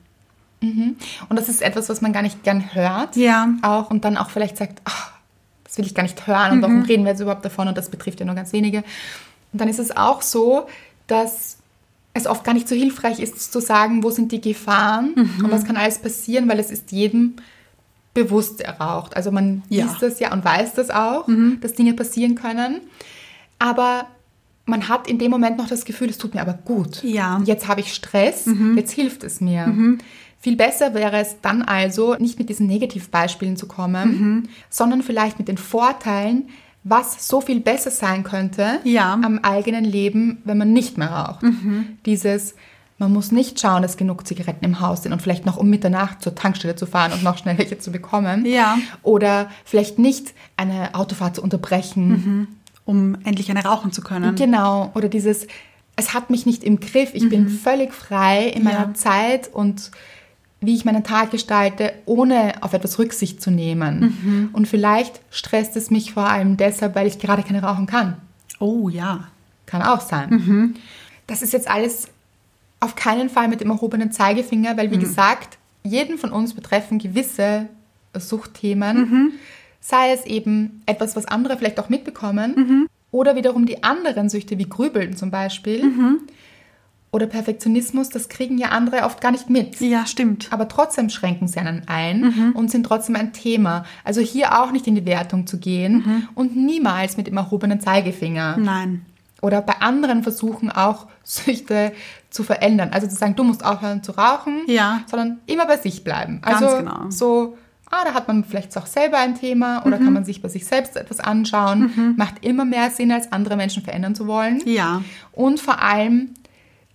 S1: Und das ist etwas, was man gar nicht gern hört.
S2: Ja.
S1: Auch und dann auch vielleicht sagt, "Ah, das will ich gar nicht hören und
S2: Mhm.
S1: warum reden wir jetzt überhaupt davon und das betrifft ja nur ganz wenige. Und dann ist es auch so, dass es oft gar nicht so hilfreich ist zu sagen, wo sind die Gefahren
S2: Mhm.
S1: und was kann alles passieren, weil es ist jedem bewusst erraucht. Also man
S2: Ja. Mhm.
S1: liest das ja und weiß das auch, dass Dinge passieren können. Aber man hat in dem Moment noch das Gefühl, es tut mir aber gut.
S2: Ja.
S1: Jetzt habe ich Stress,
S2: Mhm.
S1: jetzt hilft es mir. Viel besser wäre es dann also, nicht mit diesen Negativbeispielen zu
S2: Mhm.
S1: kommen, sondern vielleicht mit den Vorteilen, was so viel besser sein könnte
S2: Ja. Mhm.
S1: am eigenen Leben, wenn man nicht mehr raucht. Dieses, man muss nicht schauen, dass genug Zigaretten im Haus sind und vielleicht noch um Mitternacht zur Tankstelle zu fahren und noch schnell welche zu bekommen.
S2: Ja.
S1: Oder vielleicht nicht eine Autofahrt zu unterbrechen.
S2: Um endlich eine rauchen zu können.
S1: Genau, oder dieses, es hat mich nicht im Griff, ich bin völlig frei in meiner
S2: Mhm. Ja.
S1: Zeit und wie ich meinen Tag gestalte, ohne auf etwas Rücksicht zu
S2: Mhm.
S1: nehmen. Und vielleicht stresst es mich vor allem deshalb, weil ich gerade keine rauchen kann.
S2: Oh ja.
S1: Kann auch sein. Das ist jetzt alles auf keinen Fall mit dem erhobenen Zeigefinger, weil wie gesagt, jeden von uns betreffen gewisse Suchtthemen, sei es eben etwas, was andere vielleicht auch mitbekommen, oder wiederum die anderen Süchte wie Grübeln zum Beispiel oder Perfektionismus, das kriegen ja andere oft gar nicht mit.
S2: Ja, stimmt.
S1: Aber trotzdem schränken sie einen ein und sind trotzdem ein Thema. Also hier auch nicht in die Wertung zu gehen und niemals mit dem erhobenen Zeigefinger
S2: Nein.
S1: oder bei anderen versuchen auch Süchte zu verändern. Also zu sagen, du musst aufhören zu rauchen,
S2: Ja.
S1: sondern immer bei sich bleiben.
S2: Ganz
S1: also
S2: genau.
S1: so, ah, da hat man vielleicht auch selber ein Thema oder
S2: Mhm.
S1: kann man sich bei sich selbst etwas anschauen. Macht immer mehr Sinn, als andere Menschen verändern zu wollen.
S2: Ja.
S1: Und vor allem,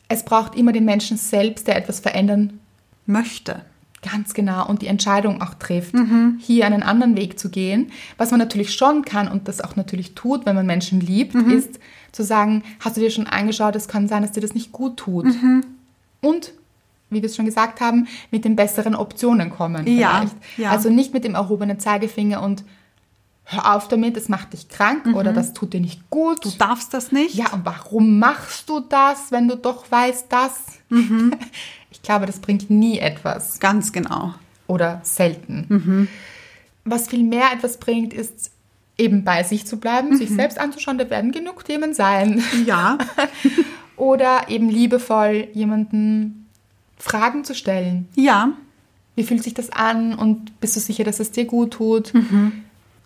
S1: es braucht immer den Menschen selbst, der etwas verändern
S2: Möchte.
S1: Ganz genau. Und die Entscheidung auch trifft,
S2: Mhm.
S1: hier einen anderen Weg zu gehen. Was man natürlich schon kann und das auch natürlich tut, wenn man Menschen liebt,
S2: Mhm.
S1: ist zu sagen, hast du dir schon angeschaut, es kann sein, dass dir das nicht gut tut.
S2: Mhm.
S1: Und, wie wir es schon gesagt haben, mit den besseren Optionen kommen.
S2: Ja,
S1: vielleicht.
S2: ja.
S1: Also nicht mit dem erhobenen Zeigefinger und hör auf damit, das macht dich krank oder das tut dir nicht gut.
S2: Mhm. Du darfst das nicht.
S1: Ja, und warum machst du das, wenn du doch weißt, dass...
S2: Mhm.
S1: <laughs> Ich glaube, das bringt nie etwas
S2: Ganz genau.
S1: oder selten. Was viel mehr etwas bringt, ist eben bei sich zu bleiben, sich selbst anzuschauen, da werden genug Themen sein. <laughs>
S2: Ja.
S1: Oder eben liebevoll jemanden Fragen zu stellen.
S2: ja.
S1: Wie fühlt sich das an und bist du sicher, dass es dir gut tut?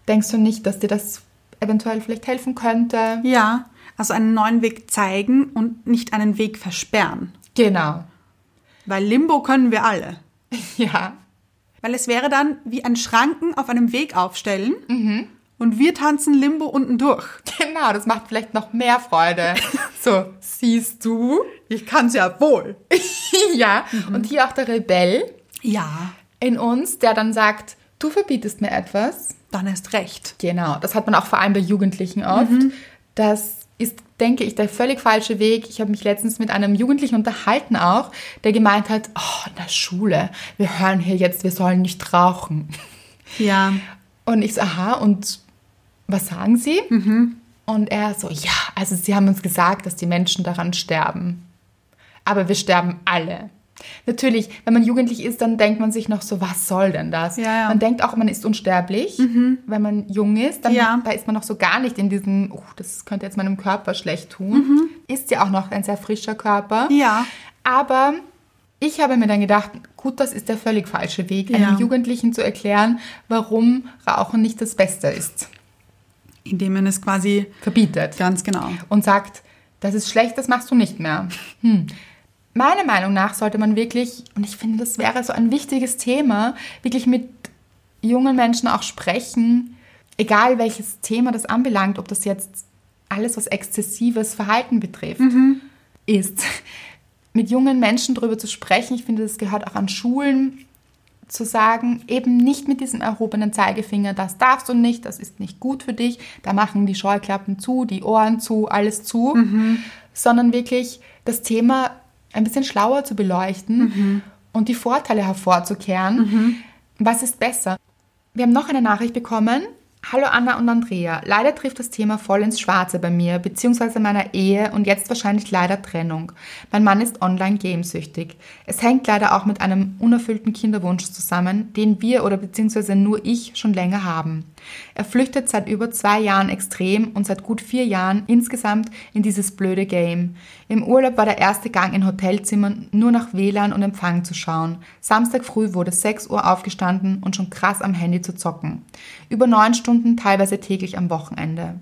S1: Denkst du nicht, dass dir das eventuell vielleicht helfen könnte?
S2: Ja. Also einen neuen Weg zeigen und nicht einen Weg versperren.
S1: Genau. <laughs>
S2: Weil Limbo können wir alle.
S1: Ja.
S2: Weil es wäre dann wie ein Schranken auf einem Weg aufstellen und wir tanzen Limbo unten durch.
S1: Genau, das macht vielleicht noch mehr Freude. So, siehst du? <laughs>
S2: Ich kann's ja wohl.
S1: ja. Und hier auch der Rebell.
S2: Ja,
S1: in uns, der dann sagt, du verbietest mir etwas.
S2: dann erst recht.
S1: Genau, das hat man auch vor allem bei Jugendlichen oft. Das ist, denke ich, der völlig falsche Weg. Ich habe mich letztens mit einem Jugendlichen unterhalten auch, der gemeint hat, oh, in der Schule, wir hören hier jetzt, wir sollen nicht rauchen.
S2: Ja.
S1: Und ich so, aha, und was sagen Sie?
S2: Mhm.
S1: Und er so, ja, also Sie haben uns gesagt, dass die Menschen daran sterben. Aber wir sterben alle. Natürlich, wenn man jugendlich ist, dann denkt man sich noch so, was soll denn das?
S2: Ja, ja.
S1: Man denkt auch, man ist unsterblich. Wenn man jung ist, dann
S2: Ja.
S1: da ist man noch so gar nicht in diesem, oh, das könnte jetzt meinem Körper schlecht tun. Ist ja auch noch ein sehr frischer Körper.
S2: Mhm. Ja.
S1: Aber ich habe mir dann gedacht, gut, das ist der völlig falsche Weg,
S2: Ja.
S1: einem Jugendlichen zu erklären, warum Rauchen nicht das Beste ist.
S2: Indem man es quasi
S1: Verbietet.
S2: ganz genau.
S1: Und sagt, das ist schlecht, das machst du nicht mehr. Hm. Meiner Meinung nach sollte man wirklich, und ich finde, das wäre so ein wichtiges Thema, wirklich mit jungen Menschen auch sprechen, egal welches Thema das anbelangt, ob das jetzt alles, was exzessives Verhalten betrifft, ist. Mit jungen Menschen darüber zu sprechen, ich finde, das gehört auch an Schulen zu sagen, eben nicht mit diesem erhobenen Zeigefinger, das darfst du nicht, das ist nicht gut für dich, da machen die Scheuklappen zu, die Ohren zu, alles zu, sondern wirklich das Thema ein bisschen schlauer zu beleuchten und die Vorteile hervorzukehren. Was ist besser? Wir haben noch eine Nachricht bekommen Hallo Anna und Andrea. Leider trifft das Thema voll ins Schwarze bei mir, beziehungsweise meiner Ehe und jetzt wahrscheinlich leider Trennung. Mein Mann ist online gamesüchtig. Es hängt leider auch mit einem unerfüllten Kinderwunsch zusammen, den wir oder beziehungsweise nur ich schon länger haben. Er flüchtet seit über zwei Jahren extrem und seit gut vier Jahren insgesamt in dieses blöde Game. Im Urlaub war der erste Gang in Hotelzimmern nur nach WLAN und Empfang zu schauen. Samstag früh wurde 6 Uhr aufgestanden und schon krass am Handy zu zocken. Über neun Stunden teilweise täglich am Wochenende.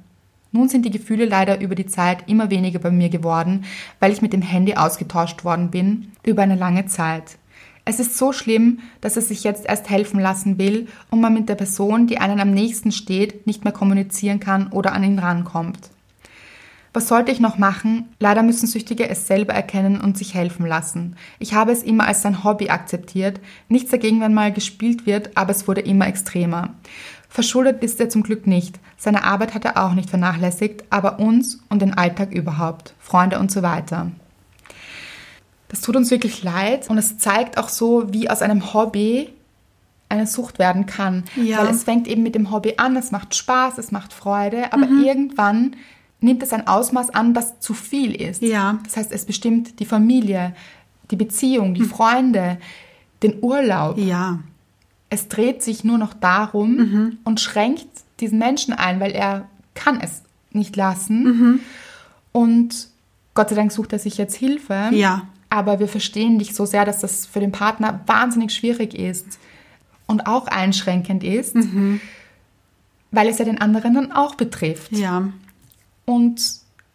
S1: Nun sind die Gefühle leider über die Zeit immer weniger bei mir geworden, weil ich mit dem Handy ausgetauscht worden bin über eine lange Zeit. Es ist so schlimm, dass er sich jetzt erst helfen lassen will und man mit der Person, die einen am nächsten steht, nicht mehr kommunizieren kann oder an ihn rankommt. Was sollte ich noch machen? Leider müssen Süchtige es selber erkennen und sich helfen lassen. Ich habe es immer als sein Hobby akzeptiert. Nichts dagegen, wenn mal gespielt wird, aber es wurde immer extremer. Verschuldet ist er zum Glück nicht. Seine Arbeit hat er auch nicht vernachlässigt, aber uns und den Alltag überhaupt, Freunde und so weiter. Das tut uns wirklich leid und es zeigt auch so, wie aus einem Hobby eine Sucht werden kann.
S2: Ja.
S1: Weil es fängt eben mit dem Hobby an, es macht Spaß, es macht Freude, aber irgendwann nimmt es ein Ausmaß an, das zu viel ist.
S2: Ja.
S1: Das heißt, es bestimmt die Familie, die Beziehung, die Freunde, den Urlaub.
S2: Ja.
S1: Es dreht sich nur noch darum
S2: Mhm.
S1: und schränkt diesen Menschen ein, weil er kann es nicht lassen.
S2: Mhm.
S1: Und Gott sei Dank sucht er sich jetzt Hilfe.
S2: Ja.
S1: Aber wir verstehen dich so sehr, dass das für den Partner wahnsinnig schwierig ist und auch einschränkend ist, weil es ja den anderen dann auch betrifft.
S2: Mhm. Ja.
S1: Und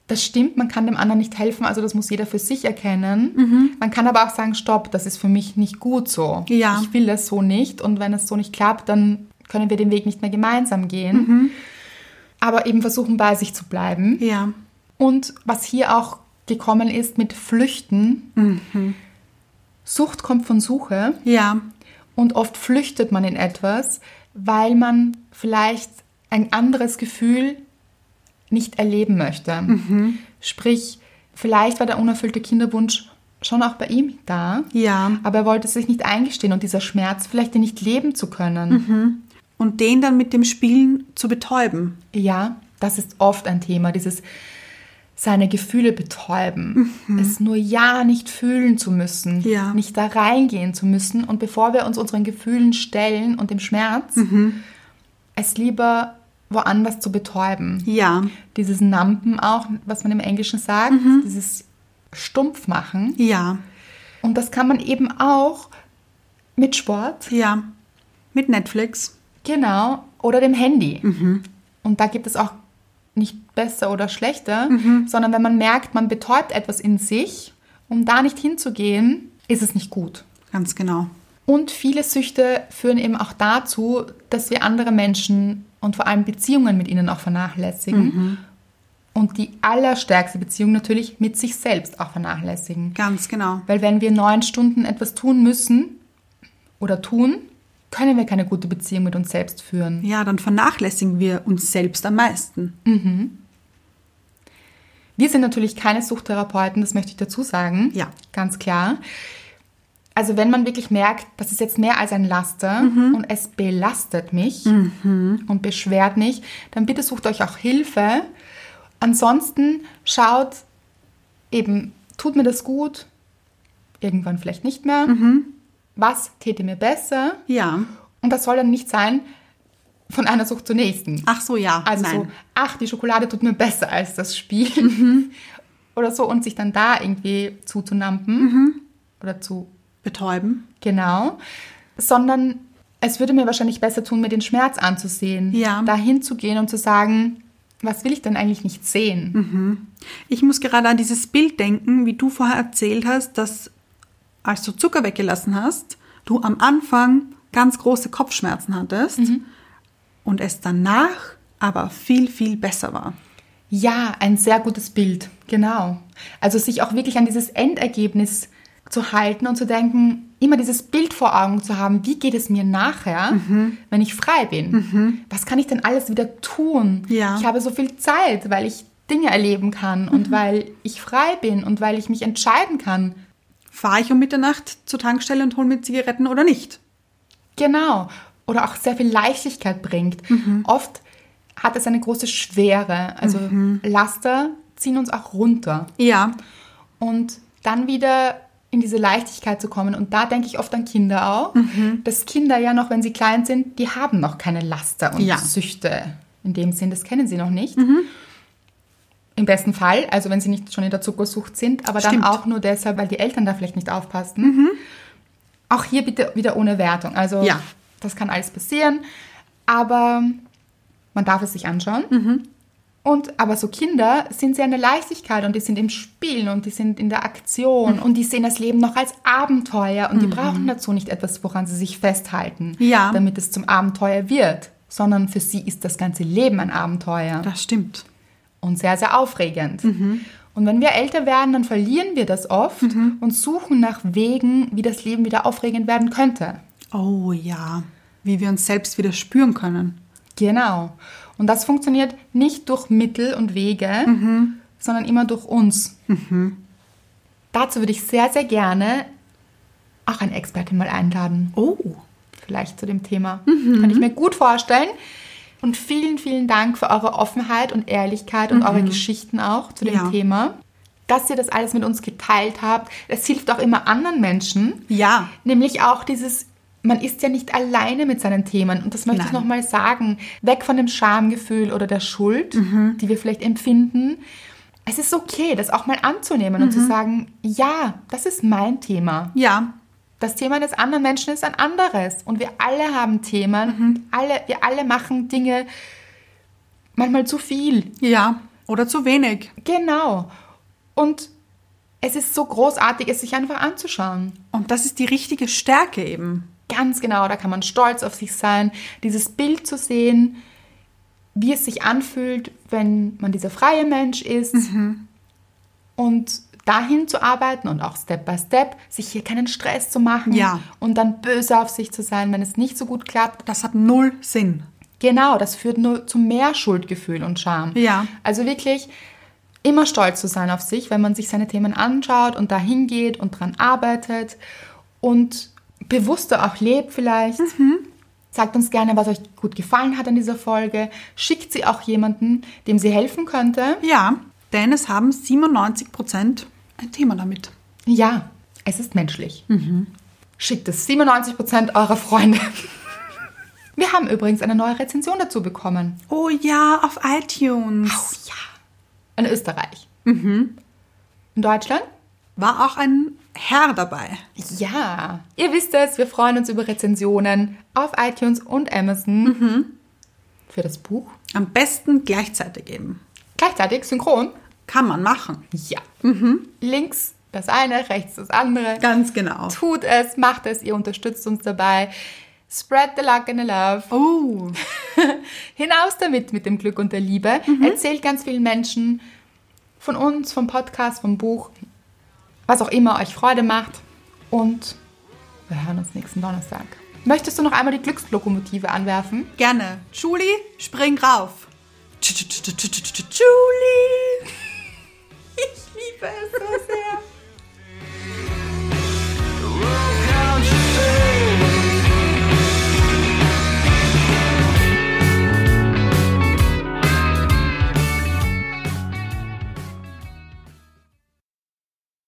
S1: das stimmt, man kann dem anderen nicht helfen, also das muss jeder für sich erkennen.
S2: Mhm.
S1: Man kann aber auch sagen, stopp, das ist für mich nicht gut so.
S2: Ja.
S1: Ich will das so nicht und wenn es so nicht klappt, dann können wir den Weg nicht mehr gemeinsam gehen. Aber eben versuchen, bei sich zu bleiben.
S2: Mhm. Ja.
S1: Und was hier auch gekommen ist mit Flüchten.
S2: Mhm.
S1: Sucht kommt von Suche
S2: Ja.
S1: und oft flüchtet man in etwas, weil man vielleicht ein anderes Gefühl nicht erleben möchte. Sprich, vielleicht war der unerfüllte Kinderwunsch schon auch bei ihm da,
S2: Ja.
S1: aber er wollte es sich nicht eingestehen und dieser Schmerz, vielleicht den nicht leben zu können.
S2: Und den dann mit dem Spielen zu betäuben.
S1: Ja, das ist oft ein Thema, dieses seine Gefühle betäuben, es nur ja nicht fühlen zu müssen,
S2: Mhm. Ja.
S1: nicht da reingehen zu müssen und bevor wir uns unseren Gefühlen stellen und dem Schmerz,
S2: Mhm.
S1: es lieber woanders zu betäuben.
S2: Ja.
S1: Dieses Nampen auch, was man im Englischen sagt, dieses stumpf machen.
S2: Mhm. Ja.
S1: Und das kann man eben auch mit Sport,
S2: Ja. Mit Netflix.
S1: genau, oder dem Handy. Und da gibt es auch nicht besser oder schlechter, sondern wenn man merkt, man betäubt etwas in sich, um da nicht hinzugehen, ist es nicht gut.
S2: Ganz genau.
S1: Und viele Süchte führen eben auch dazu, dass wir andere Menschen und vor allem Beziehungen mit ihnen auch vernachlässigen. Und die allerstärkste Beziehung natürlich mit sich selbst auch vernachlässigen.
S2: Ganz genau.
S1: Weil wenn wir neun Stunden etwas tun müssen oder tun, können wir keine gute Beziehung mit uns selbst führen.
S2: Ja, dann vernachlässigen wir uns selbst am meisten.
S1: Wir sind natürlich keine Suchttherapeuten, das möchte ich dazu sagen.
S2: Ja.
S1: Ganz klar. Also wenn man wirklich merkt, das ist jetzt mehr als ein Laster und es belastet mich und beschwert mich, dann bitte sucht euch auch Hilfe. Ansonsten schaut eben, tut mir das gut, irgendwann vielleicht nicht mehr. Was täte mir besser?
S2: Ja.
S1: Und das soll dann nicht sein, von einer Sucht zur nächsten.
S2: Ach so, ja.
S1: Also
S2: Nein. Mhm.
S1: so, ach, die Schokolade tut mir besser als das Spiel. <laughs> Oder so und sich dann da irgendwie zuzunampen
S2: Mhm.
S1: oder zu,
S2: Betäuben.
S1: genau. Sondern es würde mir wahrscheinlich besser tun, mir den Schmerz anzusehen.
S2: Ja.
S1: Dahin zu gehen und zu sagen, was will ich denn eigentlich nicht sehen?
S2: Ich muss gerade an dieses Bild denken, wie du vorher erzählt hast, dass als du Zucker weggelassen hast, du am Anfang ganz große Kopfschmerzen hattest
S1: Mhm.
S2: und es danach aber viel, viel besser war.
S1: Ja, ein sehr gutes Bild, genau. Also sich auch wirklich an dieses Endergebnis zu halten und zu denken, immer dieses Bild vor Augen zu haben, wie geht es mir nachher, wenn ich frei bin? Was kann ich denn alles wieder tun?
S2: Ja.
S1: Ich habe so viel Zeit, weil ich Dinge erleben kann und weil ich frei bin und weil ich mich entscheiden kann.
S2: Fahre ich um Mitternacht zur Tankstelle und hole mir Zigaretten oder nicht?
S1: Genau. Oder auch sehr viel Leichtigkeit bringt. Oft hat es eine große Schwere. Also Laster ziehen uns auch runter.
S2: Ja.
S1: Und dann wieder in diese Leichtigkeit zu kommen. Und da denke ich oft an Kinder auch,
S2: Mhm.
S1: dass Kinder ja noch, wenn sie klein sind, die haben noch keine Laster und
S2: Ja. Mhm.
S1: Süchte. In dem Sinn, das kennen sie noch nicht. Im besten Fall, also wenn sie nicht schon in der Zuckersucht sind, aber
S2: Stimmt. Mhm.
S1: dann auch nur deshalb, weil die Eltern da vielleicht nicht aufpassen. Auch hier bitte wieder ohne Wertung. Also
S2: Ja.
S1: das kann alles passieren, aber man darf es sich anschauen.
S2: Mhm.
S1: Und aber so Kinder sind sehr eine Leichtigkeit und die sind im Spielen und die sind in der Aktion
S2: Mhm.
S1: und die sehen das Leben noch als Abenteuer und die brauchen dazu nicht etwas, woran sie sich festhalten,
S2: Ja.
S1: damit es zum Abenteuer wird, sondern für sie ist das ganze Leben ein Abenteuer
S2: Das Mhm. stimmt.
S1: und sehr, sehr aufregend. Und wenn wir älter werden, dann verlieren wir das oft
S2: Mhm.
S1: und suchen nach Wegen, wie das Leben wieder aufregend werden könnte.
S2: Oh ja. Wie wir uns selbst wieder spüren können.
S1: Genau. Und das funktioniert nicht durch Mittel und Wege, sondern immer durch uns. Dazu würde ich sehr, sehr gerne auch einen Experten mal einladen,
S2: Oh.
S1: vielleicht zu dem Thema. Kann ich mir gut vorstellen. Und vielen, vielen Dank für eure Offenheit und Ehrlichkeit und eure Geschichten auch zu dem
S2: Ja.
S1: Thema. Dass ihr das alles mit uns geteilt habt. Es hilft auch immer anderen Menschen,
S2: Ja.
S1: Nämlich auch dieses, man ist ja nicht alleine mit seinen Themen. Und das möchte ich
S2: Nein.
S1: nochmal sagen. Weg von dem Schamgefühl oder der Schuld, die wir vielleicht empfinden. Es ist okay, das auch mal anzunehmen und zu sagen, ja, das ist mein Thema.
S2: Ja.
S1: Das Thema eines anderen Menschen ist ein anderes. Und wir alle haben Themen. Und alle, wir alle machen Dinge manchmal zu viel.
S2: Ja. Oder zu wenig.
S1: Genau. Und es ist so großartig, es sich einfach anzuschauen.
S2: Und das ist die richtige Stärke eben.
S1: Ganz genau, da kann man stolz auf sich sein, dieses Bild zu sehen, wie es sich anfühlt, wenn man dieser freie Mensch ist und dahin zu arbeiten und auch Step by Step, sich hier keinen Stress zu machen
S2: Ja.
S1: und dann böse auf sich zu sein, wenn es nicht so gut klappt.
S2: Das hat null Sinn.
S1: Genau, das führt nur zu mehr Schuldgefühl und Scham.
S2: Ja.
S1: Also wirklich immer stolz zu sein auf sich, wenn man sich seine Themen anschaut und dahin geht und dran arbeitet und bewusster auch lebt vielleicht. Sagt uns gerne, was euch gut gefallen hat an dieser Folge. Schickt sie auch jemanden, dem sie helfen könnte.
S2: Ja. Denn es haben 97 Prozent ein Thema damit.
S1: Ja, es ist menschlich. Schickt es 97% eurer Freunde. Wir haben übrigens eine neue Rezension dazu bekommen.
S2: Oh ja, auf iTunes.
S1: Ja. In Österreich. In Deutschland?
S2: War auch ein Herr dabei.
S1: Ja. Ihr wisst es, wir freuen uns über Rezensionen auf iTunes und Amazon für das Buch.
S2: Am besten gleichzeitig eben.
S1: Gleichzeitig synchron.
S2: Kann man machen.
S1: Ja. Links das eine, rechts das andere.
S2: Ganz genau.
S1: Tut es, macht es, ihr unterstützt uns dabei. Spread the luck and the love.
S2: Oh,
S1: Hinaus damit mit dem Glück und der Liebe. Erzählt ganz vielen Menschen von uns, vom Podcast, vom Buch, was auch immer euch Freude macht. Und wir hören uns nächsten Donnerstag. Möchtest du noch einmal die Glückslokomotive anwerfen?
S2: gerne. Julie, <laughs> spring rauf. Julie.